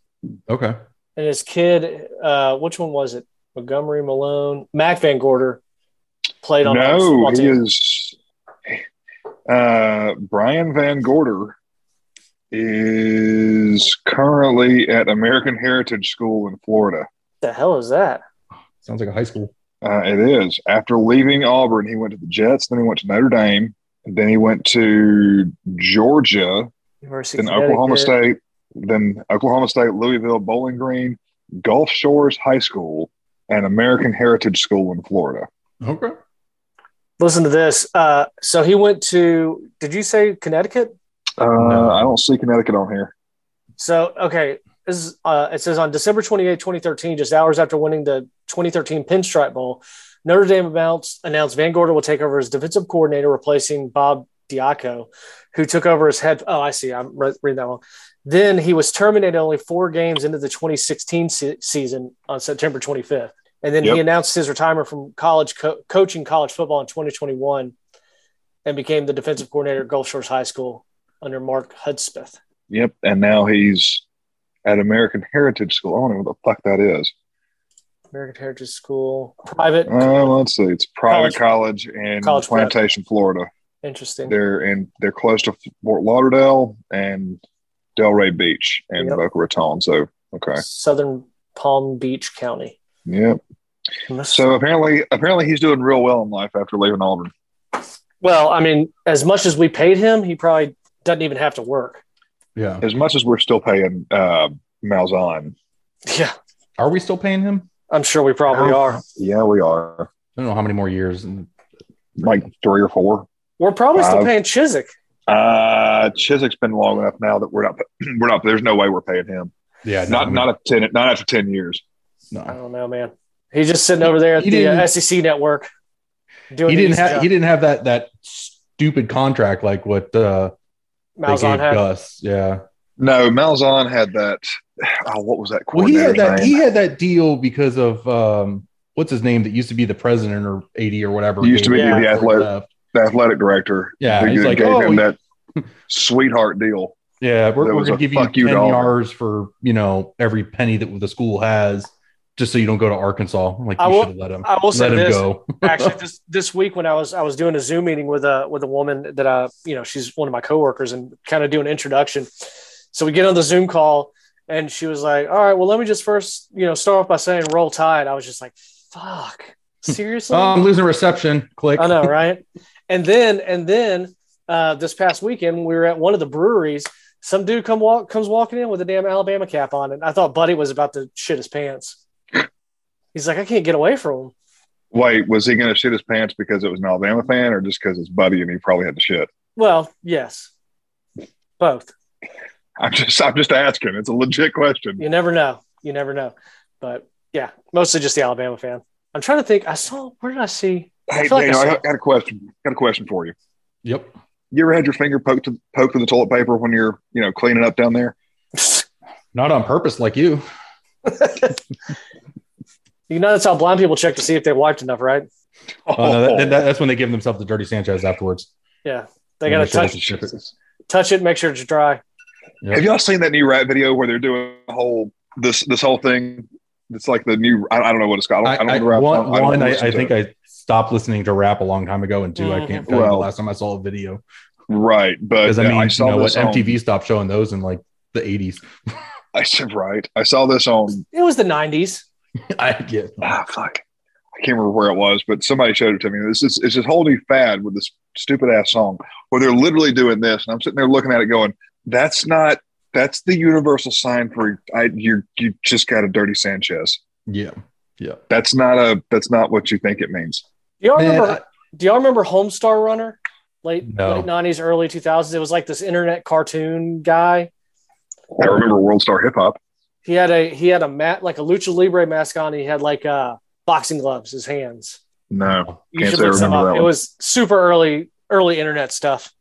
Speaker 3: okay.
Speaker 1: And his kid, uh, which one was it? Montgomery Malone, Mac Van Gorder played on our
Speaker 2: No,
Speaker 1: football
Speaker 2: he
Speaker 1: team.
Speaker 2: is. Uh, Brian Van Gorder is currently at American Heritage School in Florida.
Speaker 1: What the hell is that?
Speaker 3: Sounds like a high school.
Speaker 2: Uh, it is. After leaving Auburn, he went to the Jets, then he went to Notre Dame, and then he went to Georgia,
Speaker 1: University
Speaker 2: then
Speaker 1: of
Speaker 2: Oklahoma
Speaker 1: Connecticut.
Speaker 2: State, then Oklahoma State, Louisville, Bowling Green, Gulf Shores High School, and American Heritage School in Florida.
Speaker 3: Okay.
Speaker 1: Listen to this. Uh, so he went to did you say Connecticut?
Speaker 2: Uh,
Speaker 3: No.
Speaker 2: I don't see Connecticut on here.
Speaker 1: So, okay, this is, uh, it says on December 28, 2013, just hours after winning the 2013 Pinstripe Bowl, Notre Dame announced, announced Van Gorder will take over as defensive coordinator, replacing Bob Diaco, who took over as head. Oh, I see. I'm re- reading that wrong. Then he was terminated only four games into the 2016 se- season on September 25th. And then
Speaker 2: Yep.
Speaker 1: he announced his retirement from college co- coaching college football in 2021 and became the defensive coordinator at Gulf Shores High School under Mark Hudspeth.
Speaker 2: Yep. And now he's at American Heritage School. I don't know what the fuck that is.
Speaker 1: American Heritage School, private.
Speaker 2: Uh, let's see. It's private college, in
Speaker 1: College prep.
Speaker 2: Plantation, Florida.
Speaker 1: Interesting.
Speaker 2: they're in they're close to Fort Lauderdale and Delray Beach and
Speaker 1: Yep.
Speaker 2: Boca Raton. So okay,
Speaker 1: Southern Palm Beach County.
Speaker 2: yeah. So apparently, apparently he's doing real well in life after leaving Auburn.
Speaker 1: well, I mean, as much as we paid him, he probably doesn't even have to work.
Speaker 3: Yeah.
Speaker 2: As much as we're still paying uh, Malzahn,
Speaker 1: Yeah,
Speaker 3: Are we still paying him?
Speaker 1: I'm sure we probably
Speaker 2: Yeah.
Speaker 1: are.
Speaker 2: yeah, we are.
Speaker 3: don't know how many more years. And
Speaker 2: like three or four.
Speaker 1: We're probably still
Speaker 2: Five.
Speaker 1: paying Chiswick.
Speaker 2: Uh, Chiswick's been long enough now that we're not we're not. There's no way we're paying him.
Speaker 3: yeah, no, I
Speaker 2: Not
Speaker 3: mean,
Speaker 2: not a ten. Not after ten years.
Speaker 1: I
Speaker 3: no.
Speaker 1: don't know, man. He's just sitting over there at
Speaker 3: He
Speaker 1: the uh,
Speaker 3: didn't-
Speaker 1: SEC network doing. uh,
Speaker 3: He
Speaker 1: the
Speaker 3: didn't
Speaker 1: easy
Speaker 3: have
Speaker 1: job.
Speaker 3: he didn't have that that stupid contract like what uh, they gave
Speaker 1: Malzahn had.
Speaker 3: Gus. Yeah.
Speaker 2: No, Malzahn had that. Oh, what was that?
Speaker 3: Well, he had that
Speaker 2: coordinator's
Speaker 3: he
Speaker 2: name?
Speaker 3: had that deal because of um, what's his name that used to be the president or eighty or whatever.
Speaker 2: He used to
Speaker 1: be
Speaker 3: gave
Speaker 1: the
Speaker 3: him-
Speaker 2: athletic-
Speaker 3: left.
Speaker 2: the athletic director.
Speaker 3: Yeah,
Speaker 2: who
Speaker 3: he's like,
Speaker 2: gave
Speaker 3: "Oh,
Speaker 2: him
Speaker 3: we-
Speaker 2: that sweetheart deal.
Speaker 3: Yeah,
Speaker 2: There
Speaker 3: we're, we're
Speaker 2: was
Speaker 3: gonna
Speaker 2: a
Speaker 3: give you ten
Speaker 2: fuck you dollar.
Speaker 3: yards for you know every penny that the school has, just so you don't go to Arkansas. I'm Like
Speaker 1: I
Speaker 3: you
Speaker 1: will-
Speaker 3: should have let him.
Speaker 1: I will say
Speaker 3: let him
Speaker 1: this.
Speaker 3: go.
Speaker 1: actually this this week when I was I was doing a Zoom meeting with a with a woman that I you know she's one of my coworkers and kind of do an introduction. So we get on the Zoom call and she was like, "All right, well let me just first you know start off by saying roll tide." I was just like, "Fuck, seriously?"
Speaker 3: Oh, I'm losing reception. Click.
Speaker 1: I know, right? And then and then uh, this past weekend we were at one of the breweries. Some dude come walk comes walking in with a damn Alabama cap on, and I thought Buddy was about to shit his pants. He's like, I can't get away from him.
Speaker 2: Wait, was he going to shit his pants because it was an Alabama fan, or just because his buddy and he probably had to shit?
Speaker 1: Well, yes, both.
Speaker 2: I'm just, I'm just asking. It's a legit question.
Speaker 1: You never know. You never know. But yeah, mostly just the Alabama fan. I'm trying to think. I saw where did I see?
Speaker 2: Hey,
Speaker 1: feel like
Speaker 2: Daniel,
Speaker 1: I
Speaker 2: I,
Speaker 1: saw-
Speaker 2: got a question. Got a question for you.
Speaker 3: Yep.
Speaker 2: You ever had your finger poked to, poked through the toilet paper when you're, you know, cleaning up down there?
Speaker 3: Not on purpose, like you.
Speaker 1: You know that's how blind people check to see if they wiped enough, right?
Speaker 3: Oh, no, that- that- that's when they give themselves the dirty Sanchez afterwards.
Speaker 1: Yeah, they
Speaker 3: And
Speaker 1: gotta
Speaker 2: Oh,
Speaker 3: make sure
Speaker 1: touch
Speaker 3: they can ship it.
Speaker 1: touch it, make sure it's dry.
Speaker 2: Have y'all seen that new rap video where they're doing the whole this this whole thing? It's like the new. I, I don't know what it's called. I
Speaker 3: I,
Speaker 2: don't,
Speaker 3: I,
Speaker 2: know the rap.
Speaker 3: one,
Speaker 2: I, don't
Speaker 3: one, I,
Speaker 2: listen
Speaker 3: I
Speaker 2: to
Speaker 3: think
Speaker 2: it.
Speaker 3: I stopped listening to rap a long time ago, and 2
Speaker 1: Mm-hmm.
Speaker 3: I can't tell you
Speaker 2: Well-
Speaker 3: the last time I saw a video
Speaker 2: right, but
Speaker 3: because I mean, you
Speaker 2: saw
Speaker 3: know what?
Speaker 2: this on-
Speaker 3: MTV stopped showing those in like the '80s.
Speaker 2: I said right. I saw this on
Speaker 1: It was the '90s.
Speaker 3: I get.
Speaker 2: ah, fuck. I can't remember where it was, but somebody showed it to me. This is it's this whole new fad with this stupid ass song where they're literally doing this, and I'm sitting there looking at it, going, "That's not. That's the universal sign for I, you. You just got a dirty Sanchez.
Speaker 3: Yeah, yeah.
Speaker 2: That's not a. That's not what you think it means.
Speaker 1: Do y'all
Speaker 3: Man,
Speaker 1: remember?
Speaker 3: I-
Speaker 1: do y'all remember Homestar Runner? Late
Speaker 3: No.
Speaker 1: late '90s, early 2000s. It was like this internet cartoon guy.
Speaker 2: I remember World Star Hip Hop.
Speaker 1: He had a he had a mat like a lucha libre mask on. He had like uh, boxing gloves, his hands.
Speaker 2: No,
Speaker 1: You
Speaker 2: Can't
Speaker 1: should
Speaker 2: say I
Speaker 1: look some
Speaker 2: remember
Speaker 1: up.
Speaker 2: that
Speaker 1: It
Speaker 2: one.
Speaker 1: was super early early internet stuff.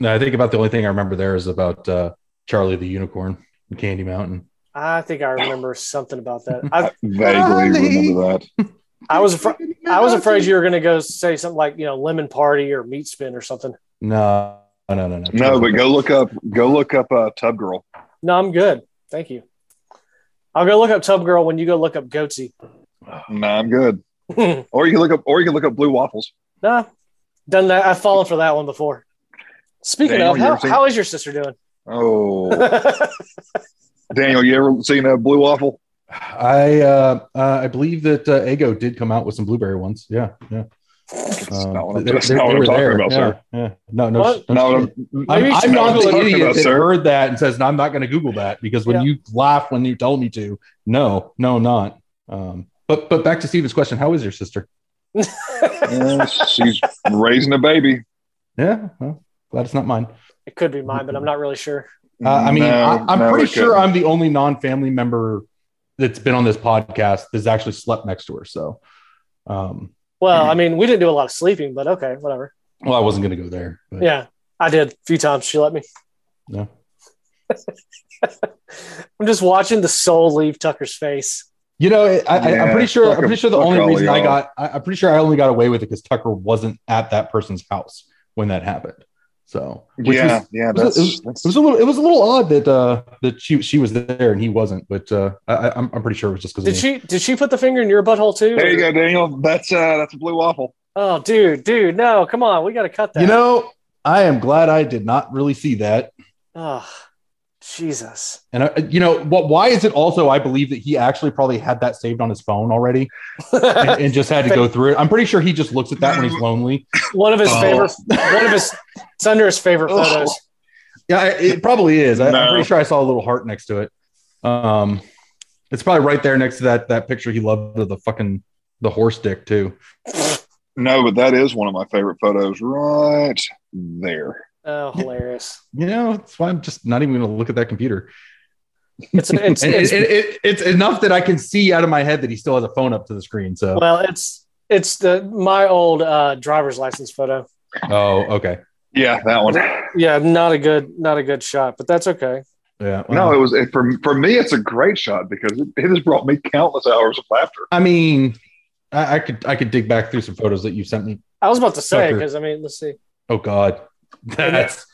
Speaker 3: No, I think about the only thing I remember there is about uh, Charlie the Unicorn and Candy Mountain.
Speaker 1: I think I remember something about that. I,
Speaker 2: I vaguely remember that.
Speaker 1: I was afra- I was afraid you were going to go say something like you know lemon party or meat spin or something.
Speaker 3: No, no, no, no. no.
Speaker 2: No, but go look up. Go look up uh, Tub Girl.
Speaker 1: No, I'm good. Thank you. I'll go look up Tub Girl when you go look up Goatsy.
Speaker 2: No, I'm good.
Speaker 1: nah,
Speaker 2: Or you can look up. Or you can look up Blue Waffles.
Speaker 1: done that. I've fallen for that one before. Speaking
Speaker 2: Daniel,
Speaker 1: of,
Speaker 2: you
Speaker 1: how,
Speaker 2: ever seen-
Speaker 1: how is your sister doing?
Speaker 2: Oh, Daniel, you ever seen a Blue Waffle?
Speaker 3: I uh, uh, I believe that uh, Ego did come out with some blueberry ones. Yeah, yeah.
Speaker 2: That's
Speaker 3: Um,
Speaker 2: not what I'm,
Speaker 3: they-
Speaker 2: that's
Speaker 3: they-
Speaker 2: not
Speaker 3: they
Speaker 2: what I'm
Speaker 3: were
Speaker 2: talking
Speaker 3: there.
Speaker 2: about,
Speaker 3: yeah,
Speaker 2: sir.
Speaker 3: Yeah. No, no,
Speaker 1: What?
Speaker 3: no,
Speaker 2: No,
Speaker 3: shit.
Speaker 2: I'm,
Speaker 3: I'm,
Speaker 1: Maybe you
Speaker 3: I'm
Speaker 1: should
Speaker 3: not
Speaker 1: know
Speaker 3: the
Speaker 1: what
Speaker 2: I'm
Speaker 3: idiot
Speaker 2: talking about,
Speaker 3: that
Speaker 2: sir.
Speaker 3: heard that and says, "I'm not going to Google that," because when
Speaker 1: Yeah.
Speaker 3: you laugh when you told me to, no, no, not. Um, but but back to Steven's question: How is your sister?
Speaker 2: Yeah, she's raising a baby.
Speaker 3: Yeah, well, glad it's not mine.
Speaker 1: it could be mine, but I'm not really sure.
Speaker 3: Uh, I mean,
Speaker 2: No,
Speaker 3: I, I'm
Speaker 2: no,
Speaker 3: pretty
Speaker 2: it
Speaker 3: sure
Speaker 2: couldn't.
Speaker 3: I'm the only non-family member that's been on this podcast that's actually slept next to her. So, um,
Speaker 1: Well, I mean, we didn't do a lot of sleeping, but okay, whatever.
Speaker 3: well, I wasn't going to go there. But,
Speaker 1: Yeah, I did a few times. She let me.
Speaker 3: No.
Speaker 1: I'm just watching the soul leave Tucker's face.
Speaker 3: You know, I, I, I'm
Speaker 2: Yeah,
Speaker 3: pretty sure.
Speaker 2: fuck
Speaker 3: I'm
Speaker 2: 'em,
Speaker 3: pretty sure the
Speaker 2: fuck
Speaker 3: only
Speaker 2: all
Speaker 3: reason I
Speaker 2: y'all.
Speaker 3: got, I, I'm pretty sure I only got away with it because Tucker wasn't at that person's house when that happened. So, which
Speaker 2: yeah,
Speaker 3: was,
Speaker 2: yeah,
Speaker 3: it was-
Speaker 2: that's,
Speaker 3: it was
Speaker 2: that's
Speaker 3: a little, it was a little odd that uh that she she was there and he wasn't. But uh, I, I- I'm I'm pretty sure it was just because
Speaker 1: Did she did she put the finger in your butthole too?
Speaker 2: there you go, Daniel. That's uh, that's a blue waffle.
Speaker 1: Oh, dude, dude, no, come on, we got to cut that.
Speaker 3: You know, I am glad I did not really see that.
Speaker 1: oh, Jesus.
Speaker 3: And I, you know what? Why is it also? I believe that he actually probably had that saved on his phone already, and, and just had to go through it. I'm pretty sure he just looks at that when he's lonely.
Speaker 1: one of his
Speaker 2: Oh.
Speaker 1: favorite, one of his, it's under his favorite
Speaker 2: Oh.
Speaker 1: photos.
Speaker 3: Yeah, I- it probably is. I,
Speaker 2: No.
Speaker 3: I'm pretty sure I saw a little heart next to it. Um, it's probably right there next to that that picture he loved of the fucking the horse dick too.
Speaker 2: No, but that is one of my favorite photos right there.
Speaker 1: Oh, hilarious.
Speaker 3: You know, that's why I'm just not even going to look at that computer.
Speaker 1: It's, it's,
Speaker 3: And
Speaker 1: it's,
Speaker 3: it, it, it, it's enough that I can see out of my head that he still has a phone up to the screen. So,
Speaker 1: well, it's it's the my old uh, driver's license photo.
Speaker 3: oh, okay,
Speaker 2: Yeah, that one.
Speaker 1: Yeah, not a good not a good shot, but that's okay.
Speaker 3: yeah.
Speaker 2: No,
Speaker 3: well,
Speaker 2: it was it, for for me. It's a great shot because it, it has brought me countless hours of laughter.
Speaker 3: I mean, I, I could I could dig back through some photos that you sent me.
Speaker 1: I was about to say
Speaker 3: Sucker.
Speaker 1: because I mean, let's see.
Speaker 3: Oh God, that's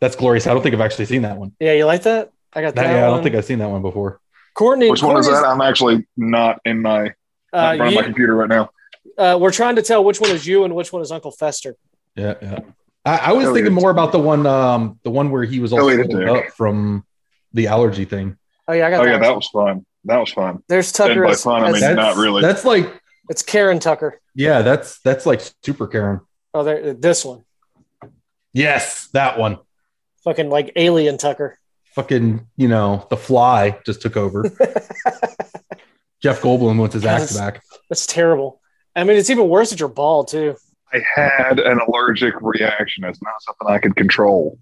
Speaker 3: that's glorious. I don't think I've actually seen that one.
Speaker 1: Yeah, you like that? I got that.
Speaker 3: That- yeah, I
Speaker 1: one.
Speaker 3: don't think I've seen that one before.
Speaker 1: Courtney.
Speaker 2: Which one is
Speaker 1: Courtney's-
Speaker 2: that? I'm actually not in my not in
Speaker 1: Uh,
Speaker 2: front of my
Speaker 1: you,
Speaker 2: computer right now.
Speaker 1: uh, we're trying to tell which one is you and which one is Uncle Fester.
Speaker 3: Yeah, yeah. I, I was
Speaker 1: Oh,
Speaker 2: Elliot.
Speaker 3: thinking more about the one, um, the one where he was all
Speaker 2: Elliot
Speaker 3: swollen
Speaker 2: Dick.
Speaker 3: up from the allergy thing.
Speaker 1: Oh yeah, I got
Speaker 2: Oh
Speaker 1: that.
Speaker 2: yeah,
Speaker 1: one.
Speaker 2: that was fun. That was fun.
Speaker 1: There's
Speaker 2: And
Speaker 1: Tucker.
Speaker 2: by
Speaker 1: as-
Speaker 2: fun, I
Speaker 1: as-
Speaker 2: mean
Speaker 3: That's-
Speaker 2: not really.
Speaker 3: That's like,
Speaker 1: it's Karen Tucker.
Speaker 3: yeah, that's that's like super Karen.
Speaker 1: Oh, there, this one.
Speaker 3: Yes, that one.
Speaker 1: Fucking like Alien Tucker.
Speaker 3: Fucking, you know, the fly just took over. Jeff Goldblum wants his axe
Speaker 1: Yes.
Speaker 3: back.
Speaker 1: That's terrible. I mean, it's even worse that you're bald too.
Speaker 2: I had an allergic reaction. It's not something I could control.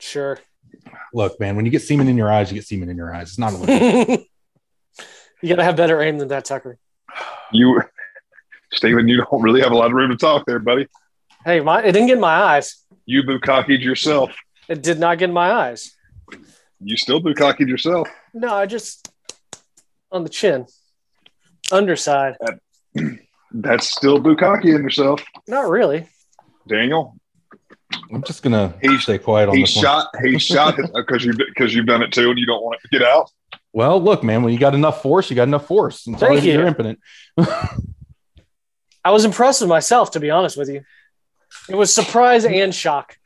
Speaker 1: Sure.
Speaker 3: Look, man, when you get semen in your eyes, you get semen in your eyes. It's not a little.
Speaker 1: you gotta have better aim than that, Tucker.
Speaker 2: You, Steven, you don't really have a lot of room to talk there, buddy.
Speaker 1: Hey, my it didn't get in my eyes.
Speaker 2: You bukkakied yourself.
Speaker 1: It did not get in my eyes.
Speaker 2: You still bukkakied yourself.
Speaker 1: No, I just on the chin, underside.
Speaker 2: That's still bukkakiing yourself,
Speaker 1: Not really.
Speaker 2: Daniel.
Speaker 3: I'm just gonna
Speaker 2: He-
Speaker 3: stay quiet on
Speaker 2: He
Speaker 3: this one.
Speaker 2: shot. He shot it because you because you've done it too, and you don't want it to get out.
Speaker 3: Well, look, man, when you got enough force, you got enough force. It's
Speaker 1: Thank
Speaker 3: already-
Speaker 1: you.
Speaker 3: You're impotent.
Speaker 1: I was impressed with myself, to be honest with you. It was surprise and shock.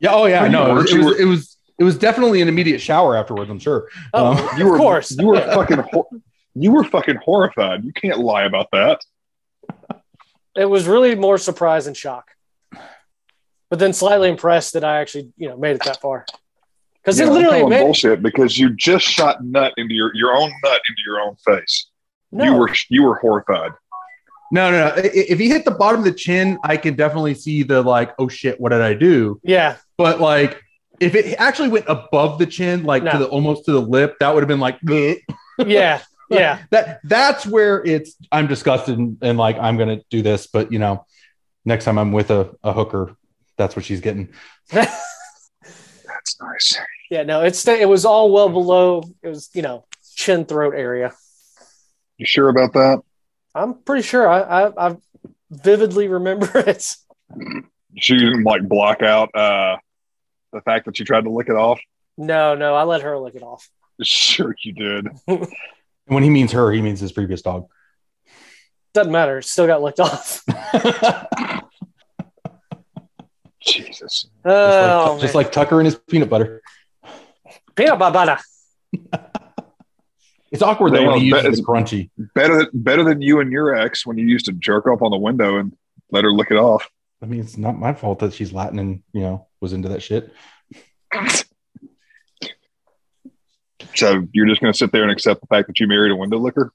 Speaker 3: Yeah. Oh yeah.
Speaker 2: Are you
Speaker 3: No, it
Speaker 2: worried
Speaker 3: was, it
Speaker 2: you
Speaker 3: was it was it was definitely an immediate shower afterwards. I'm sure.
Speaker 1: Oh,
Speaker 3: Um,
Speaker 2: You were,
Speaker 1: of course.
Speaker 2: You were
Speaker 1: Yeah.
Speaker 2: fucking. Hor- you were fucking horrified. You can't lie about that.
Speaker 1: It was really more surprise and shock, but then slightly impressed that I actually, you know, made it that far. Because
Speaker 2: Yeah,
Speaker 1: it
Speaker 2: I'm
Speaker 1: literally
Speaker 2: calling
Speaker 1: made
Speaker 2: bullshit because you just shot nut into your your own nut into your own face.
Speaker 1: no.
Speaker 2: You were you were horrified.
Speaker 3: No, no, no. I- i- If he hit the bottom of the chin, I can definitely see the like, oh shit, what did I do?
Speaker 1: yeah,
Speaker 3: But like, if it actually went above the chin, like to
Speaker 1: No.
Speaker 3: the almost to the lip, that would have been like, "Bleh."
Speaker 1: yeah, yeah.
Speaker 3: that that's where it's I'm disgusted and, and like I'm gonna do this, but you know, next time I'm with a, a hooker, that's what she's getting.
Speaker 2: That's nice.
Speaker 1: Yeah, no, it's it was all well below. It was you know chin throat area.
Speaker 2: You sure about that?
Speaker 1: I'm pretty sure I I, I vividly remember it.
Speaker 2: She didn't like block out uh, the fact that you tried to lick it off.
Speaker 1: No, no, I let her lick it off.
Speaker 2: Sure, you did.
Speaker 3: And when he means her, he means his previous dog.
Speaker 1: Doesn't matter. it Still got licked off.
Speaker 2: Jesus.
Speaker 1: Oh,
Speaker 3: just, like, just
Speaker 1: man.
Speaker 3: like Tucker and his peanut butter.
Speaker 1: peanut butter.
Speaker 3: It's awkward though
Speaker 2: Well,
Speaker 3: when he
Speaker 2: that
Speaker 3: uses
Speaker 2: is-
Speaker 3: the crunchy.
Speaker 2: Better better than you and your ex when you used to jerk off on the window and let her lick it off.
Speaker 3: I mean, it's not my fault that she's Latin and you know was into that shit.
Speaker 2: So you're just gonna sit there and accept the fact that you married a window licker?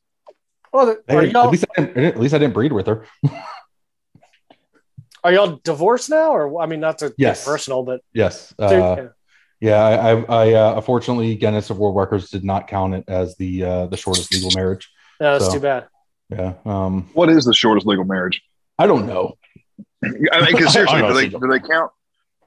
Speaker 1: Well, th-
Speaker 3: Hey,
Speaker 1: are
Speaker 3: at
Speaker 1: y'all
Speaker 3: least I didn't, at least I didn't breed with her.
Speaker 1: are y'all divorced now? Or I mean, not to get
Speaker 3: Yes.
Speaker 1: personal, but
Speaker 3: Yes. Uh, yeah. I, I, I uh, unfortunately Guinness of World Records did not count it as the uh, the shortest legal marriage.
Speaker 1: no, that's
Speaker 3: so.
Speaker 1: too bad.
Speaker 3: Yeah. Um.
Speaker 2: What is the shortest legal marriage?
Speaker 3: I don't know.
Speaker 2: I mean, 'cause seriously, do they,
Speaker 3: I honestly
Speaker 2: do they count?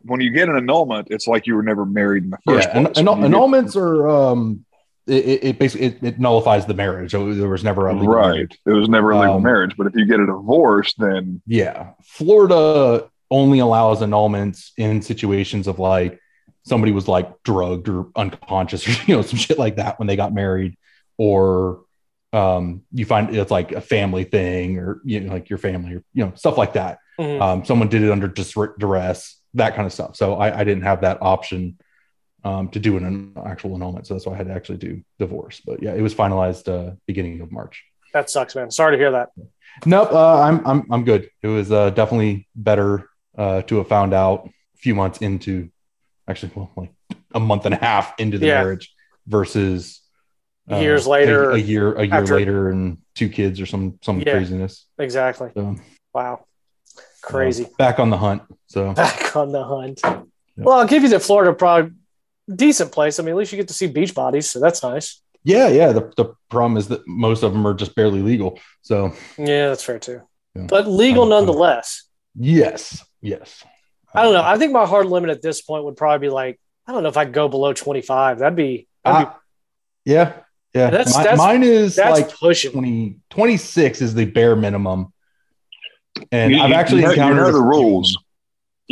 Speaker 2: When you get an annulment, it's like you were never married in the first
Speaker 3: Yeah. And,
Speaker 2: place.
Speaker 3: and,
Speaker 2: When you get-
Speaker 3: annulments are um. It, it- it basically it, it nullifies the marriage. So there was never a legal marriage.
Speaker 2: right. It was never a legal
Speaker 3: Um,
Speaker 2: marriage, but if you get a divorce, then
Speaker 3: Yeah. Florida only allows annulments in situations of like somebody was like drugged or unconscious or you know some shit like that when they got married or um you find it's like a family thing or you know like your family or you know stuff like that
Speaker 1: Mhm.
Speaker 3: um someone did it under dis- duress that kind of stuff so i, I didn't have that option um to do an, an actual annulment so that's why i had to actually do divorce but yeah it was finalized uh beginning of march
Speaker 1: That sucks, man. Sorry to hear that.
Speaker 3: Nope, uh, I'm I'm I'm good. It was uh, definitely better uh, to have found out a few months into, actually, well, like a month and a half into the
Speaker 1: Yeah.
Speaker 3: marriage versus uh,
Speaker 1: Years
Speaker 3: a-
Speaker 1: later,
Speaker 3: a, year a year
Speaker 1: after-
Speaker 3: later, and two kids or some some
Speaker 1: Yeah.
Speaker 3: craziness.
Speaker 1: Exactly.
Speaker 3: So,
Speaker 1: Wow. Crazy.
Speaker 3: uh, back on the hunt. So
Speaker 1: Back on the hunt. Well, I'll give you that Florida probably decent place. I mean, at least you get to see beach bodies, so that's nice.
Speaker 3: yeah, yeah. The, the problem is that most of them are just barely legal. So
Speaker 1: Yeah, that's fair too.
Speaker 3: Yeah.
Speaker 1: But legal
Speaker 3: I'm- I'm-
Speaker 1: nonetheless.
Speaker 3: yes, yes.
Speaker 1: I don't know. I think my hard limit at this point would probably be like I don't know if I could go below twenty five. That'd be, that'd be-
Speaker 3: I- yeah, yeah.
Speaker 1: That's-
Speaker 3: Mi-
Speaker 1: that's-
Speaker 3: mine is
Speaker 1: that's
Speaker 3: like
Speaker 1: pushing.
Speaker 3: 20, 26 is the bare minimum. And
Speaker 2: You-
Speaker 3: I've
Speaker 2: you-
Speaker 3: actually
Speaker 2: you know- you
Speaker 3: encountered
Speaker 2: know
Speaker 3: a
Speaker 2: the
Speaker 3: few-
Speaker 2: rules.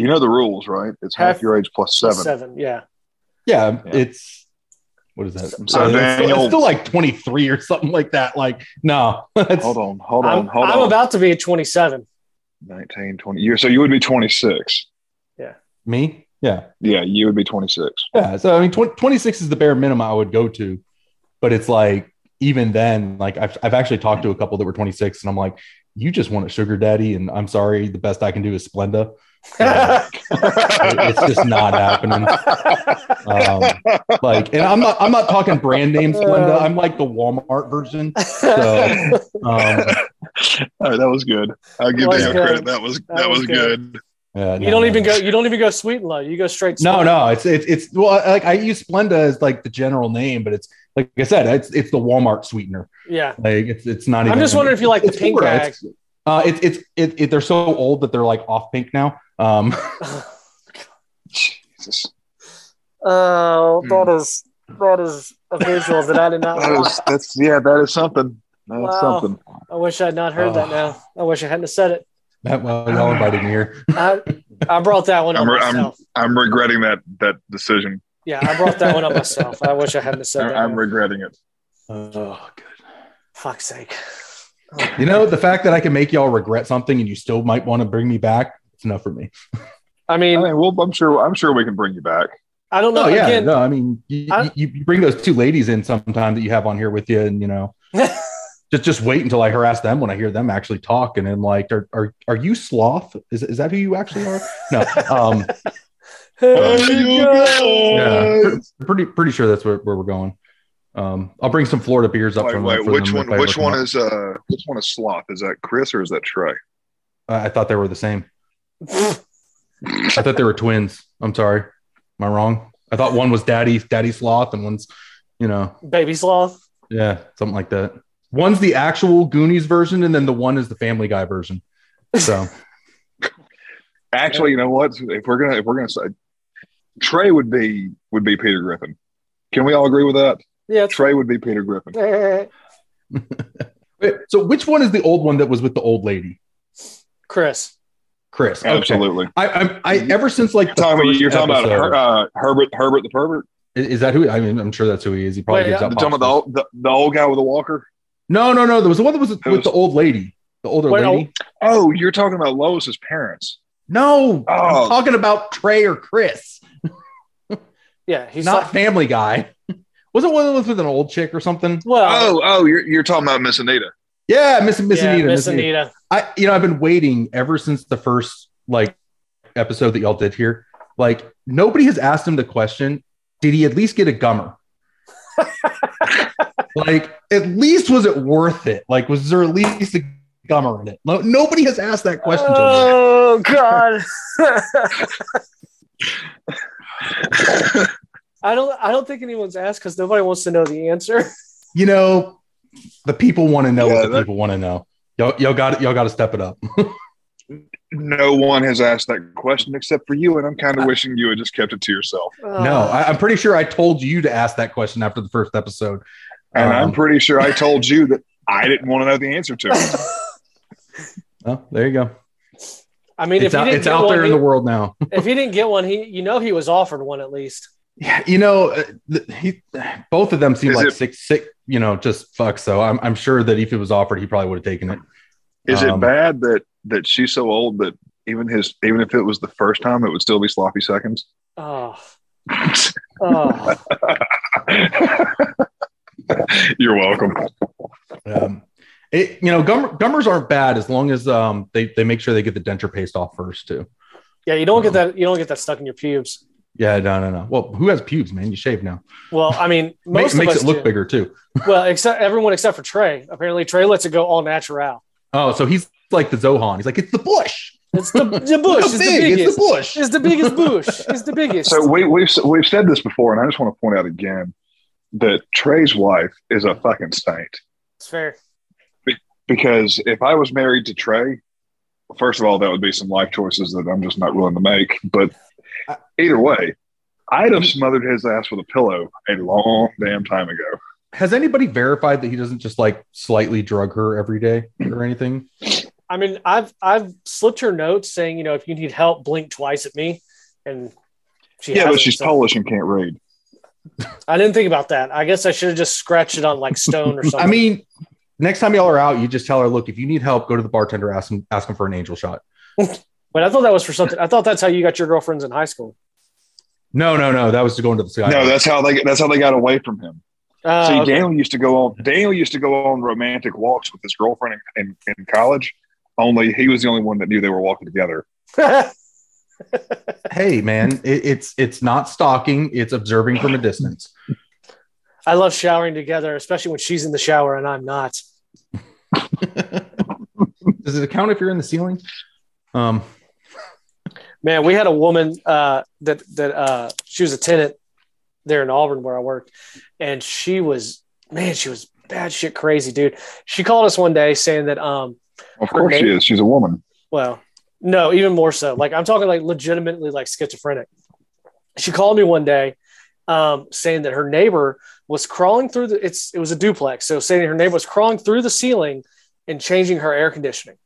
Speaker 2: You know the rules, right? It's half,
Speaker 1: Half-
Speaker 2: your age plus seven.
Speaker 1: Seven. Yeah.
Speaker 3: Yeah,
Speaker 2: Yeah.
Speaker 3: it's what is that?
Speaker 1: So
Speaker 3: So it's, still,
Speaker 2: Daniel-
Speaker 3: it's still like 23 or something like that. Like, no, that's,
Speaker 2: Hold on, hold on,
Speaker 1: I'm,
Speaker 2: hold
Speaker 1: I'm
Speaker 2: on.
Speaker 1: about to be at twenty seven.
Speaker 2: 19, 20. You're, so you would be 26.
Speaker 3: me. Yeah.
Speaker 2: Yeah, you would be 26.
Speaker 3: Yeah. So, I mean, 20, 26 is the bare minimum I would go to, but it's like, even then, like I've, I've actually talked to a couple that were 26 and I'm like, you just want a sugar daddy. And I'm sorry. The best I can do is Splenda. Yeah. It- it's just not happening. Um, like, and I'm not, I'm not talking brand name Splenda. I'm like the Walmart version. So, um,
Speaker 2: All right, that was good. I'll
Speaker 1: That
Speaker 2: give
Speaker 1: was
Speaker 2: Daniel
Speaker 1: good.
Speaker 2: credit. That was that, was, good.
Speaker 3: yeah,
Speaker 1: you
Speaker 3: no,
Speaker 1: don't
Speaker 3: no,
Speaker 1: even go.
Speaker 3: no.
Speaker 1: You don't even go sweet and low. You go straight.
Speaker 3: No,
Speaker 1: Splenda.
Speaker 3: no, it's it's it's well, like I use Splenda as like the general name, but it's like I said, it's it's the Walmart sweetener.
Speaker 1: Yeah.
Speaker 3: Like it's it's not.
Speaker 1: I'm
Speaker 3: even,
Speaker 1: just wondering if you like the
Speaker 3: it's
Speaker 1: pink
Speaker 3: Florida.
Speaker 1: bag.
Speaker 3: It's, uh, it's it's it, it, they're so old that they're like off pink now. Um,
Speaker 2: Jesus.
Speaker 3: Hmm.
Speaker 1: Oh,
Speaker 2: that
Speaker 1: is that is a visual that I did not.
Speaker 2: That is that's yeah, that is something. That's
Speaker 1: Wow.
Speaker 2: something.
Speaker 1: I wish I had not heard that.
Speaker 3: Oh.
Speaker 1: Now I wish I hadn't have said it.
Speaker 3: that well, y'all invited me here.
Speaker 1: I, I brought that one up
Speaker 2: I'm- I'm-
Speaker 1: myself.
Speaker 2: I'm regretting that that decision.
Speaker 1: yeah, I brought that one up myself. I wish I hadn't have said that.
Speaker 2: I'm
Speaker 1: one.
Speaker 2: regretting it.
Speaker 3: Oh, good.
Speaker 1: Fuck's sake.
Speaker 3: You know the fact that I can make y'all regret something and you still might want to bring me back. It's enough for me.
Speaker 1: I
Speaker 2: I
Speaker 1: mean,
Speaker 2: mean, well, I'm sure I'm sure we can bring you back.
Speaker 1: I don't know.
Speaker 3: No, Oh, yeah,
Speaker 1: Again,
Speaker 3: no. I mean, you,
Speaker 1: I-
Speaker 3: you, you bring those two ladies in sometime that you have on here with you, and you know, just just wait until I harass them when I hear them actually talk, and then like, are are, are you sloth? Is, is that who you actually are? No, um,
Speaker 1: Here we go.
Speaker 3: yeah, pre- pretty pretty sure that's where, where we're going. Um, I'll bring some Florida beers up.
Speaker 2: Wait,
Speaker 3: from-
Speaker 2: wait,
Speaker 3: for
Speaker 2: which
Speaker 3: them
Speaker 2: one
Speaker 3: if I
Speaker 2: which
Speaker 3: look 'em
Speaker 2: one
Speaker 3: up.
Speaker 2: is uh which one is sloth? Is that Chris or is that Trey?
Speaker 3: I I thought they were the same. I thought they were twins. I'm sorry, am I wrong? I thought one was daddy daddy sloth, and one's you know
Speaker 1: Baby sloth.
Speaker 3: Yeah, something like that. One's the actual Goonies version, and then the one is the Family Guy version. So
Speaker 2: Actually, you know what? If we're gonna if we're gonna say Trey would be would be Peter Griffin. Can we all agree with that?
Speaker 1: Yeah.
Speaker 2: Trey would be Peter Griffin.
Speaker 1: it's-
Speaker 3: Wait, so which one is the old one that was with the old lady,
Speaker 1: Chris.
Speaker 3: Chris? Okay.
Speaker 2: Absolutely.
Speaker 3: I, I, I ever since like the
Speaker 2: Tommy,
Speaker 3: first
Speaker 2: you're talking about
Speaker 3: episode-
Speaker 2: Her, uh, Herbert Herbert the pervert.
Speaker 3: I- is that who? I mean, I'm sure that's who he is. He probably
Speaker 1: Wait,
Speaker 3: gives
Speaker 1: yeah,
Speaker 3: out.
Speaker 2: You're talking
Speaker 3: popsicles.
Speaker 2: about the old, the, the old guy with the walker.
Speaker 3: no, no, no. There was the one that was with
Speaker 2: Who's-
Speaker 3: the old lady, the older
Speaker 1: Wait,
Speaker 3: lady.
Speaker 2: Oh, you're talking about Lois's parents.
Speaker 3: No,
Speaker 2: Oh.
Speaker 3: I'm talking about Trey or Chris,
Speaker 1: Yeah, he's
Speaker 3: not
Speaker 1: not.
Speaker 3: Family Guy. Was it one that was with an old chick or something?
Speaker 1: Well,
Speaker 2: Oh, oh, you're, you're talking about Miss Anita.
Speaker 3: Yeah, Miss Miss
Speaker 1: yeah,
Speaker 3: Anita.
Speaker 1: Miss Anita.
Speaker 3: I you know I've been waiting ever since the first like episode that y'all did here. Like nobody has asked him the question, did he at least get a gummer? like at least was it worth it? Like was there at least a gummer in it? No, nobody has asked that question to him.
Speaker 1: Oh God. I don't. I don't think anyone's asked because nobody wants to know the answer.
Speaker 3: You know, the people want to know
Speaker 2: Yeah,
Speaker 3: what the
Speaker 2: that-
Speaker 3: people want to know. Y'all, y'all got y'all got to step it up.
Speaker 2: no one has asked that question except for you, and I'm
Speaker 3: Uh,
Speaker 2: kind of wishing you had just kept it to yourself.
Speaker 1: Uh.
Speaker 3: no, I, I'm pretty sure I told you to ask that question after the first episode.
Speaker 2: And
Speaker 3: Um,
Speaker 2: I'm pretty sure I told you that I didn't want to know the answer to it.
Speaker 3: oh, there you go.
Speaker 1: I mean, if
Speaker 3: it's
Speaker 1: he
Speaker 3: out,
Speaker 1: didn't
Speaker 3: it's
Speaker 1: get
Speaker 3: out
Speaker 1: one,
Speaker 3: there in the world now.
Speaker 1: if he didn't get one, he you know he was offered one at least.
Speaker 3: Yeah, you know, uh, th- he, both of them seem
Speaker 2: Is
Speaker 3: like
Speaker 2: it-
Speaker 3: six, six, you know, just fuck. So I'm, I'm sure that if it was offered, he probably would have taken it.
Speaker 2: Is
Speaker 3: Um,
Speaker 2: it bad that that she's so old that even his even if it was the first time, it would still be sloppy seconds?
Speaker 1: Oh, oh.
Speaker 2: You're welcome.
Speaker 3: Um, it, you know, gum, gummers aren't bad as long as um, they, they make sure they get the denture paste off first, too.
Speaker 1: yeah. You don't get that. You don't get that stuck in your pubes.
Speaker 3: Yeah, no, no, no. Well, who has pubes, man? You shave now.
Speaker 1: Well, I mean,
Speaker 3: Ma-
Speaker 1: most of
Speaker 3: makes
Speaker 1: us
Speaker 3: it look
Speaker 1: do.
Speaker 3: bigger too.
Speaker 1: Well, except everyone except for Trey. Apparently, Trey lets it go all natural.
Speaker 3: Oh, so he's like the Zohan. He's like, it's the bush.
Speaker 1: It's the, the
Speaker 3: Look
Speaker 1: bush.
Speaker 3: how
Speaker 1: It's the
Speaker 3: big,
Speaker 1: biggest.
Speaker 3: It's the bush.
Speaker 1: It's the biggest bush. It's the biggest.
Speaker 2: So we, we've we've said this before, and I just want to point out again that Trey's wife is a fucking saint.
Speaker 1: it's fair.
Speaker 2: Because if I was married to Trey, first of all, that would be some life choices that I'm just not willing to make. But either way, I'd have smothered his ass with a pillow a long damn time ago.
Speaker 3: Has anybody verified that he doesn't just like slightly drug her every day or anything?
Speaker 1: I mean, I've I've slipped her notes saying, you know, if you need help, blink twice at me, and she
Speaker 2: yeah, but
Speaker 1: hasn't,
Speaker 2: she's
Speaker 1: so-
Speaker 2: Polish and can't read.
Speaker 1: I didn't think about that. I guess I should have just scratched it on like stone or something.
Speaker 3: I mean, next time y'all are out, you just tell her, look, if you need help, go to the bartender, ask him, ask him for an angel shot.
Speaker 1: but I thought that was for something. I thought that's how you got your girlfriends in high school.
Speaker 3: No, no, no. That was to go into the sky.
Speaker 2: No, that's how they that's how they got away from him.
Speaker 1: Uh,
Speaker 2: See,
Speaker 1: okay.
Speaker 2: Daniel used to go on. Daniel used to go on romantic walks with his girlfriend in, in, in college. Only he was the only one that knew they were walking together.
Speaker 3: hey, man, it, it's it's not stalking. It's observing from a distance.
Speaker 1: I love showering together, especially when she's in the shower and I'm not.
Speaker 3: Does it count if you're in the ceiling? Um,
Speaker 1: Man, we had a woman uh, that that uh, she was a tenant there in Auburn where I worked, and she was man, she was bad shit crazy, dude. She called us one day saying that um,
Speaker 2: Of course, she is. She's a woman.
Speaker 1: Well, no, even more so. Like I'm talking like legitimately like schizophrenic. She called me one day um, saying that her neighbor was crawling through the it's it was a duplex. So saying her neighbor was crawling through the ceiling and changing her air conditioning.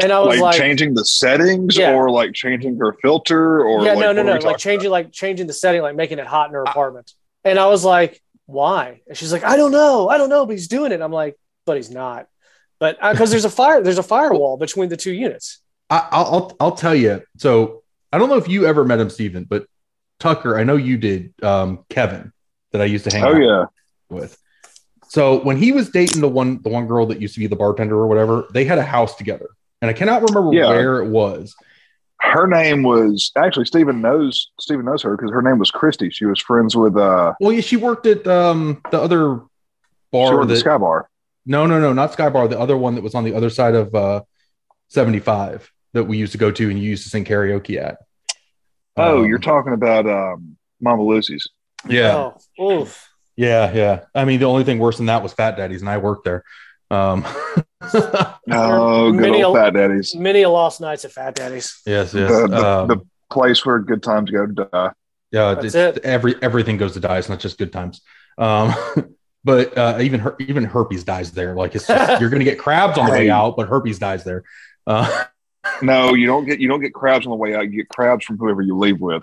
Speaker 1: and I was
Speaker 2: Like,
Speaker 1: like,
Speaker 2: changing the settings,
Speaker 1: Yeah.
Speaker 2: or like changing her filter, or
Speaker 1: yeah,
Speaker 2: like,
Speaker 1: no, no,
Speaker 2: what are
Speaker 1: no,
Speaker 2: we
Speaker 1: like
Speaker 2: talking
Speaker 1: changing, like changing the setting, like making it hot in her apartment. And I was like, why? And she's like, I don't know, I don't know, but he's doing it. I'm like, but he's not. But because there's a fire, there's a firewall between the two units.
Speaker 3: I, I'll, I'll I'll tell you. So I don't know if you ever met him, Steven, but Tucker, I know you did. Um, Kevin, that I used to hang
Speaker 2: about?
Speaker 3: out
Speaker 2: Oh yeah,
Speaker 3: with. So when he was dating the one the one girl that used to be the bartender or whatever, they had a house together, and I cannot remember
Speaker 2: Yeah.
Speaker 3: where it was.
Speaker 2: her name was actually Stephen knows Stephen knows her because her name was Christy. She was friends with uh,
Speaker 3: Well, yeah, she worked at um, the other
Speaker 2: she
Speaker 3: bar
Speaker 2: worked at
Speaker 3: that
Speaker 2: Sky Bar.
Speaker 3: No, no, no, not Sky Bar. The other one that was on the other side of uh, 75 that we used to go to and you used to sing karaoke at.
Speaker 2: Oh,
Speaker 3: Um,
Speaker 2: you're talking about um, Mama Lucy's.
Speaker 3: yeah,
Speaker 1: Oh, oof.
Speaker 3: yeah, yeah. I mean, the only thing worse than that was Fat Daddy's, and I worked there. Um,
Speaker 2: Oh, good
Speaker 1: Many
Speaker 2: old
Speaker 1: a-
Speaker 2: Fat Daddies.
Speaker 1: Many a lost nights at Fat Daddy's.
Speaker 3: yes, yes.
Speaker 2: The- the-
Speaker 3: um,
Speaker 2: the place where good times go to die.
Speaker 3: yeah,
Speaker 1: That's
Speaker 3: it's,
Speaker 1: it.
Speaker 3: every everything goes to die. It's not just good times. Um, but uh, even her, even herpes dies there. Like it's just, you're gonna get crabs on the way
Speaker 2: Hey.
Speaker 3: out, but herpes dies there. Uh,
Speaker 2: No, you don't get you don't get crabs on the way out. You get crabs from whoever you leave with.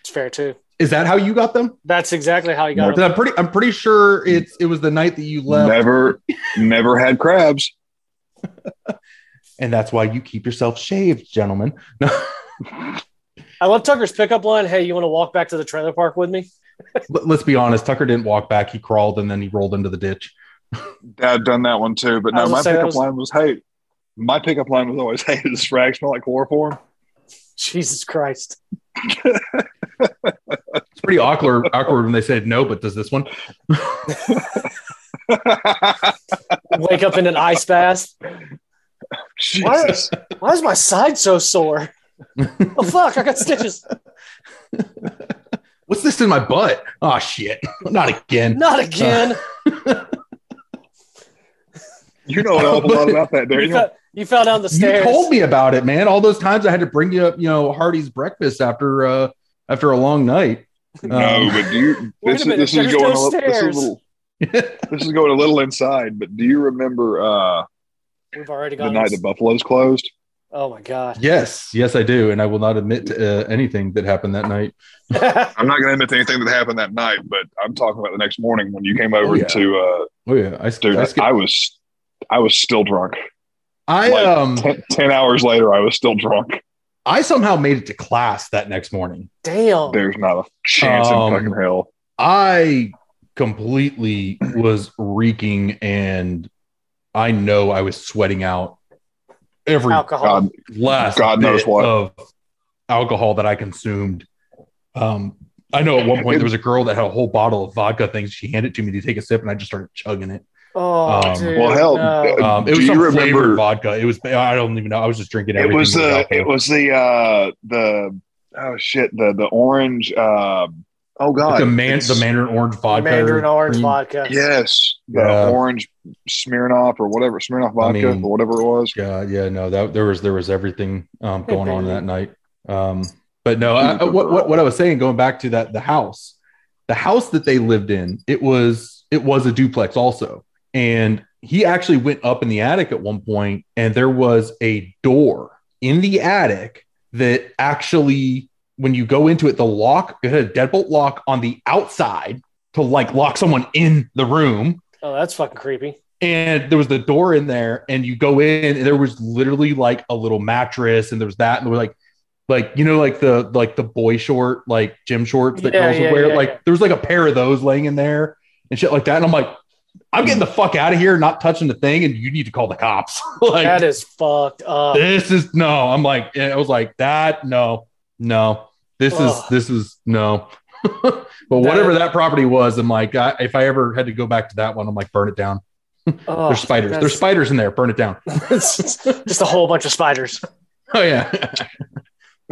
Speaker 1: It's fair too.
Speaker 3: is that how you got them?
Speaker 1: That's exactly how you got
Speaker 3: Because
Speaker 1: them.
Speaker 3: I'm pretty, I'm pretty sure it's it was the night that you left.
Speaker 2: Never, never had crabs.
Speaker 3: and that's why you keep yourself shaved, gentlemen.
Speaker 1: I love Tucker's pickup line. Hey, you want to walk back to the trailer park with me?
Speaker 3: Let- Let's be honest. Tucker didn't walk back. He crawled and then he rolled into the ditch.
Speaker 2: Dad done that one too, but
Speaker 1: I
Speaker 2: no,
Speaker 1: was gonna
Speaker 2: my
Speaker 1: say, that
Speaker 2: pickup
Speaker 1: was-
Speaker 2: line was hey. My pickup line was always hey, does frag smell like chloroform?
Speaker 1: Jesus Christ.
Speaker 3: It's pretty awkward. awkward when they said no, but does this one?
Speaker 1: Wake up in an ice bath.
Speaker 2: Jesus.
Speaker 1: Why is my side so sore? oh fuck, I got stitches.
Speaker 3: What's this in my butt? Oh shit! Not again.
Speaker 1: Not again.
Speaker 2: You know an awful lot about that,
Speaker 1: you,
Speaker 2: Daniel.
Speaker 1: fell, you fell down the
Speaker 3: You
Speaker 1: stairs.
Speaker 3: told me about it, man. All those times I had to bring you up, you know, Hardy's breakfast after uh after a long night. Um,
Speaker 2: No, but do you
Speaker 1: Wait a
Speaker 2: this is
Speaker 1: minute,
Speaker 2: this
Speaker 1: there's
Speaker 2: is going
Speaker 1: no
Speaker 2: a little, this
Speaker 1: stairs.
Speaker 2: is a little this is going a little inside, but do you remember uh
Speaker 1: We've already
Speaker 2: the
Speaker 1: gone.
Speaker 2: night the Buffaloes closed?
Speaker 1: oh my god.
Speaker 3: yes, yes, I do, and I will not admit to uh, anything that happened that night.
Speaker 2: I'm not going to admit to anything that happened that night, but I'm talking about the next morning when you came over
Speaker 3: yeah.
Speaker 2: to uh,
Speaker 3: Oh yeah, I,
Speaker 2: dude.
Speaker 3: I,
Speaker 2: I,
Speaker 3: skipped-
Speaker 2: was, I was still drunk.
Speaker 3: I
Speaker 2: like,
Speaker 3: um
Speaker 2: Ten, 10 hours later, I was still drunk.
Speaker 3: I somehow made it to class that next morning.
Speaker 1: Damn.
Speaker 2: There's not a chance
Speaker 3: Um,
Speaker 2: in fucking hell.
Speaker 3: I completely was reeking and I know I was sweating out every
Speaker 1: Alcohol.
Speaker 2: God,
Speaker 3: last
Speaker 2: God knows
Speaker 3: bit
Speaker 2: what.
Speaker 3: of alcohol that I consumed Um, I know at one point there was a girl that had a whole bottle of vodka things. She handed it to me to take a sip, and I just started chugging it.
Speaker 1: Oh,
Speaker 3: Um,
Speaker 1: dude,
Speaker 2: well, hell,
Speaker 1: no.
Speaker 3: Um, it
Speaker 2: Uh, Do
Speaker 3: was
Speaker 2: you
Speaker 3: some
Speaker 2: remember-
Speaker 3: flavored vodka. It was I don't even know. I was just drinking.
Speaker 2: It
Speaker 3: Everything
Speaker 2: was
Speaker 3: that
Speaker 2: the
Speaker 3: out there.
Speaker 2: it was the uh the oh shit the the orange um oh god
Speaker 3: the man
Speaker 2: It's-
Speaker 3: the Mandarin orange vodka.
Speaker 1: Mandarin orange
Speaker 3: cream.
Speaker 1: vodka.
Speaker 2: yes the
Speaker 3: Yeah.
Speaker 2: orange Smirnoff or whatever Smirnoff
Speaker 3: I
Speaker 2: vodka
Speaker 3: mean-
Speaker 2: or whatever it was
Speaker 3: Yeah, yeah, no, that there was there was everything um, going on that night. Um, but no, I, I- what, what what I was saying, going back to that, the house, the house that they lived in, it was it was a duplex also, and he actually went up in the attic at one point, and there was a door in the attic that actually, when you go into it, the lock it had a deadbolt lock on the outside to like lock someone in the room
Speaker 1: Oh, that's fucking creepy.
Speaker 3: and there was the door in there and you go in and there was literally like a little mattress and there was that and we're like like you know like the like the boy short like gym shorts that
Speaker 1: Yeah,
Speaker 3: girls would
Speaker 1: yeah,
Speaker 3: wear
Speaker 1: yeah,
Speaker 3: like
Speaker 1: yeah.
Speaker 3: there was like a pair of those laying in there and shit like that and i'm like i'm getting the fuck out of here not touching the thing and you need to call the cops like
Speaker 1: that is fucked up.
Speaker 3: this is no i'm like and i was like that no no this
Speaker 1: Ugh.
Speaker 3: is this is no but whatever that property was i'm like I, if i ever had to go back to that one i'm like burn it down
Speaker 1: Oh,
Speaker 3: there's spiders. There's spiders in there. Burn it down.
Speaker 1: that's- just a whole bunch of spiders.
Speaker 3: Oh yeah.
Speaker 1: Oh,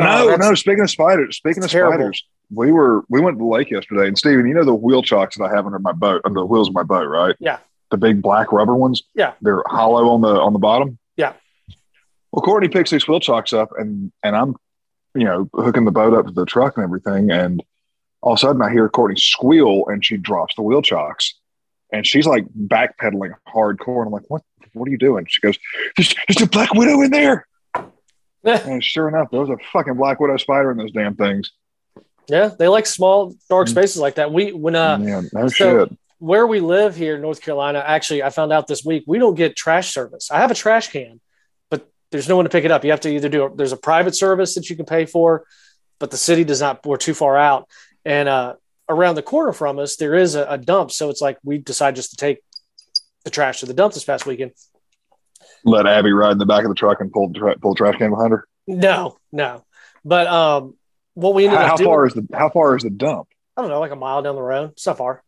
Speaker 2: no
Speaker 1: that's-
Speaker 2: no speaking of spiders speaking of
Speaker 1: It's terrible.
Speaker 2: spiders we were we went to the lake yesterday and Steven, you know the wheel chocks that I have under my boat under the wheels of my boat right
Speaker 1: Yeah.
Speaker 2: the big black rubber ones
Speaker 1: Yeah.
Speaker 2: they're hollow on the on the bottom
Speaker 1: Yeah.
Speaker 2: well Courtney picks these wheel chocks up and and I'm you know hooking the boat up to the truck and everything and all of a sudden I hear Courtney squeal and she drops the wheel chocks and she's like backpedaling hardcore and I'm like what what are you doing she goes there's, there's a black widow in there and sure enough there was a fucking black widow spider in those damn things
Speaker 1: Yeah, they like small dark
Speaker 3: Mm.
Speaker 1: spaces like that. We when uh
Speaker 2: Man, no
Speaker 1: so-
Speaker 2: shit.
Speaker 1: where we live here in North Carolina, actually, I found out this week we don't get trash service. I have a trash can, but there's no one to pick it up. You have to either do there's a private service that you can pay for, but the city does not. We're too far out, and uh, around the corner from us there is a, a dump. So it's like we decide just to take the trash to the dump this past weekend.
Speaker 2: Let Abby ride in the back of the truck and pull the, tra- pull the trash can behind her.
Speaker 1: No, no, but um, what we ended
Speaker 2: How,
Speaker 1: up
Speaker 2: how
Speaker 1: doing,
Speaker 2: far is the How far is the dump?
Speaker 1: I don't know, like a mile down the road. It's not far.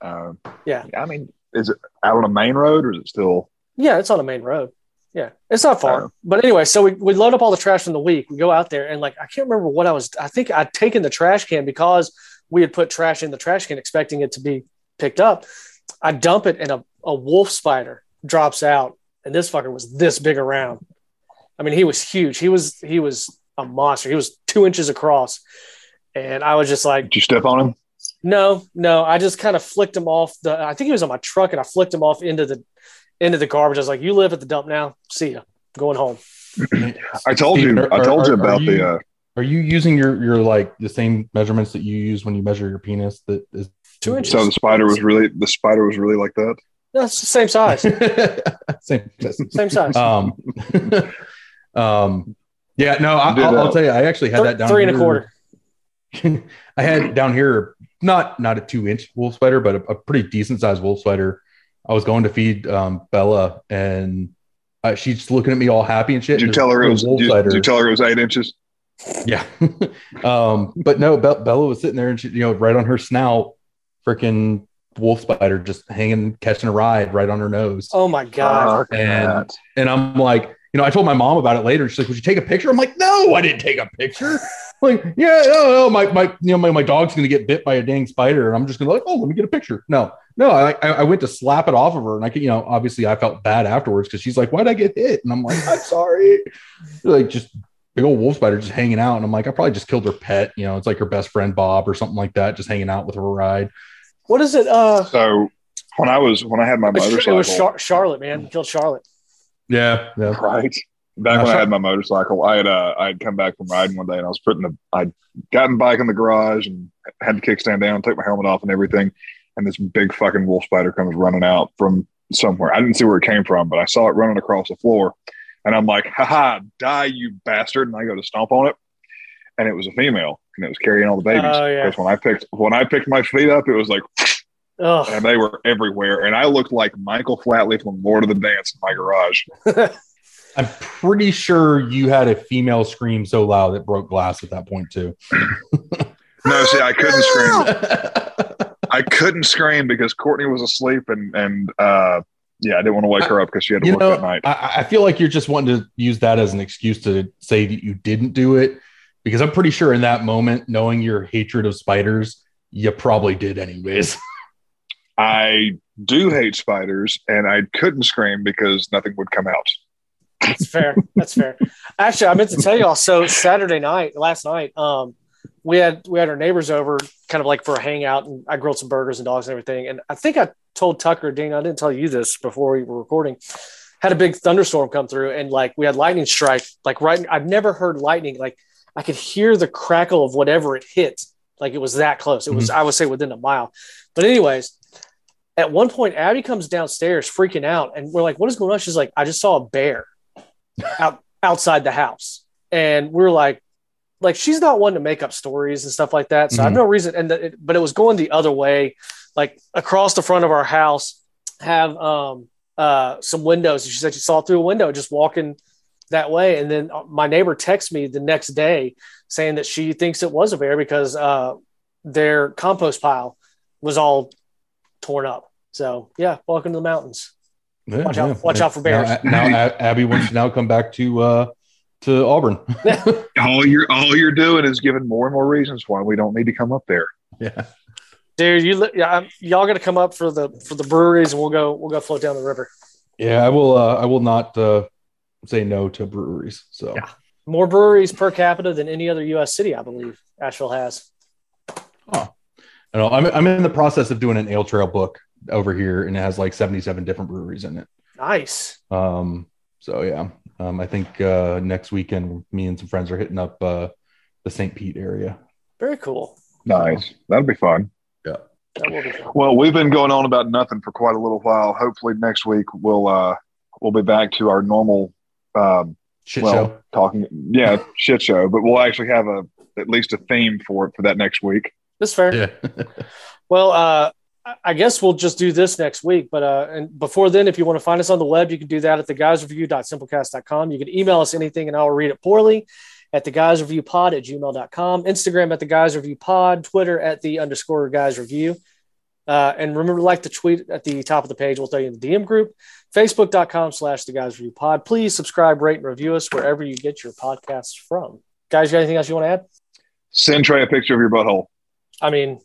Speaker 2: Uh,
Speaker 1: Yeah.
Speaker 2: I mean, is it out on a main road or is it still?
Speaker 1: Yeah, it's on a main road. Yeah, it's not far.
Speaker 2: Oh.
Speaker 1: But anyway, so we, we load up all the trash from the week. We go out there and like I can't remember what I was. I think I'd taken the trash can because we had put trash in the trash can, expecting it to be picked up. I dump it and a, a wolf spider drops out, and this fucker was this big around. I mean, he was huge. He was he was a monster. He was two inches across, and I was just like,
Speaker 2: Did you step on him?
Speaker 1: no, no. I just kind of flicked him off the. I think he was on my truck, and I flicked him off into the into the garbage. I was like, "You live at the dump now. See ya. Going home."
Speaker 2: I told
Speaker 3: Steve,
Speaker 2: you.
Speaker 3: are-
Speaker 2: I told you
Speaker 3: are-
Speaker 2: about
Speaker 3: are
Speaker 2: the. Uh,
Speaker 3: Are you using your your like the same measurements that you use when you measure your penis? That is
Speaker 1: Two inches.
Speaker 2: so the spider was really the spider was really like that.
Speaker 1: That's the same size.
Speaker 3: same.
Speaker 1: Same size.
Speaker 3: Um. um. Yeah. No. I,
Speaker 2: Did,
Speaker 3: I'll,
Speaker 2: uh,
Speaker 3: I'll tell you. I actually had
Speaker 1: Thir-
Speaker 3: that down
Speaker 1: three and a
Speaker 3: here.
Speaker 1: quarter.
Speaker 3: I had down here not not a two inch wolf spider, but a, a pretty decent sized wolf spider. I was going to feed um, Bella, and uh, she's just looking at me all happy and shit.
Speaker 2: Did you
Speaker 3: There's
Speaker 2: tell her
Speaker 3: a
Speaker 2: it was?
Speaker 3: wolf
Speaker 2: Did,
Speaker 3: spider.
Speaker 2: did you tell her it was eight inches?
Speaker 3: yeah. um, but no, Be- Bella was sitting there, and she, you know, right on her snout, freaking wolf spider just hanging, catching a ride right on her nose.
Speaker 1: Oh my god.
Speaker 2: Fuck
Speaker 3: And-
Speaker 2: that.
Speaker 3: And I'm like, you know, I told my mom about it later. and She's like, "Would you take a picture?" I'm like, "No, I didn't take a picture." like, yeah, no, no, my my you know my, my dog's gonna get bit by a dang spider, and I'm just gonna like, oh, let me get a picture. No, no, I I I went to slap it off of her, and I could you know obviously I felt bad afterwards because she's like, "Why'd I get hit?" And I'm like, "I'm sorry." like just big old wolf spider just hanging out, and I'm like, I probably just killed her pet. You know, it's like her best friend Bob or something like that, just hanging out with her ride.
Speaker 1: What is it? Uh,
Speaker 2: So when I was when I had my
Speaker 1: it was- it
Speaker 2: motorcycle,
Speaker 1: was Char- Charlotte, man. Killed Charlotte.
Speaker 3: Yeah, yeah.
Speaker 2: right? Back when
Speaker 3: Uh,
Speaker 2: I
Speaker 3: Char-
Speaker 2: had my motorcycle, I had uh, I had come back from riding one day, and I was putting the I'd gotten bike in the garage and had the kickstand down, took my helmet off, and everything. And this big fucking wolf spider comes running out from somewhere. I didn't see where it came from, but I saw it running across the floor, and I'm like, "Ha ha, die you bastard!" And I go to stomp on it, and it was a female, and it was carrying all the babies.
Speaker 1: Oh, yeah.
Speaker 2: Because when I picked when I picked my feet up, it was like,
Speaker 1: Ugh.
Speaker 2: and they were everywhere, and I looked like Michael Flatley from Lord of the Dance in my garage.
Speaker 3: I'm pretty sure you had a female scream so loud it broke glass at that point too.
Speaker 2: No, see, I couldn't scream. I couldn't scream because Courtney was asleep, and and uh, yeah, I didn't want to wake her up because she had to
Speaker 3: you
Speaker 2: work
Speaker 3: know,
Speaker 2: that night.
Speaker 3: I, I feel like you're just wanting to use that as an excuse to say that you didn't do it, because I'm pretty sure in that moment, knowing your hatred of spiders, you probably did anyways.
Speaker 2: I do hate spiders, and I couldn't scream because nothing would come out.
Speaker 1: That's fair. That's fair. Actually, I meant to tell y'all. So Saturday night, last night, um, we had we had our neighbors over, kind of like for a hangout, and I grilled some burgers and dogs and everything. And I think I told Tucker, Dean, I didn't tell you this before we were recording. Had a big thunderstorm come through, and like we had lightning strike. Like right, I've never heard lightning. Like I could hear the crackle of whatever it hit. Like it was that close. It was I would say within a mile. But anyways, at one point, Abby comes downstairs freaking out, and we're like, "What is going on?" She's like, "I just saw a bear." out outside the house and we are like like she's not one to make up stories and stuff like that so i have no reason and the, it, but it was going the other way like across the front of our house have um uh some windows she said she saw it through a window just walking that way and then uh, my neighbor texts me the next day saying that she thinks it was a bear because uh their compost pile was all torn up so yeah welcome to the mountains
Speaker 3: Yeah,
Speaker 1: Watch out- watch out for bears.
Speaker 3: Now, now Ab- Abby wants to now come back to uh, to Auburn.
Speaker 2: All you're all you're doing is giving more and more reasons why we don't need to come up there.
Speaker 3: yeah.
Speaker 1: Dude, you li- yeah, I'm, y'all got to come up for the for the breweries, and we'll go we'll go float down the river.
Speaker 3: Yeah, I will. Uh, I will not uh, say no to breweries. So
Speaker 1: Yeah. More breweries per capita than any other U.S. city, I believe Asheville has.
Speaker 3: I know, I'm, I'm in the process of doing an ale trail book over here, and it has like 77 different breweries in it.
Speaker 1: Nice.
Speaker 3: Um, so yeah, um, I think uh, next weekend, me and some friends are hitting up uh, the St. Pete area.
Speaker 1: Very cool.
Speaker 2: Nice, that'll be fun.
Speaker 1: That will be fun.
Speaker 2: Well, we've been going on about nothing for quite a little while. Hopefully, next week we'll uh, we'll be back to our normal um,
Speaker 3: Shit
Speaker 2: well
Speaker 3: show.
Speaker 2: talking. Yeah, shit show. But we'll actually have a at least a theme for it for that next week.
Speaker 1: That's fair.
Speaker 3: Yeah.
Speaker 1: Well, uh, I- I guess we'll just do this next week. But uh, and before then, if you want to find us on the web, you can do that at theguysreview.simplecast.com. You can email us anything and I'll read it poorly at theguysreviewpod at gmail.com, Instagram at theguysreviewpod, Twitter at the underscore guysreview. Uh, and remember to like the tweet at the top of the page. We'll throw you in the DM group, facebook.com slash the guys review pod. Please subscribe, rate, and review us wherever you get your podcasts from. Guys, you got anything else you want to add?
Speaker 2: Send Trey a picture of your butthole.
Speaker 1: I mean,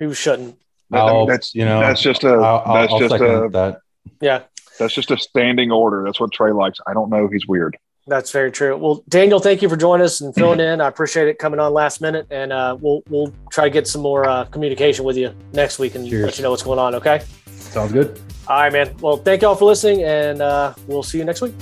Speaker 1: who shouldn't?
Speaker 2: That-
Speaker 3: I'll-
Speaker 2: that's
Speaker 3: you know,
Speaker 2: that's just a
Speaker 3: I'll, I'll-
Speaker 2: that's
Speaker 3: I'll
Speaker 2: just
Speaker 3: second
Speaker 2: a
Speaker 3: that.
Speaker 1: Yeah.
Speaker 2: that's just a standing order. That's what Trey likes. I don't know. He's weird.
Speaker 1: That's very true. Well, Daniel, thank you for joining us and filling in. I appreciate it coming on last minute, and uh, we'll we'll try to get some more uh, communication with you next week and
Speaker 3: Cheers.
Speaker 1: let you know what's going on. Okay.
Speaker 3: Sounds good.
Speaker 1: All right, man. Well, thank y'all for listening, and uh, we'll see you next week.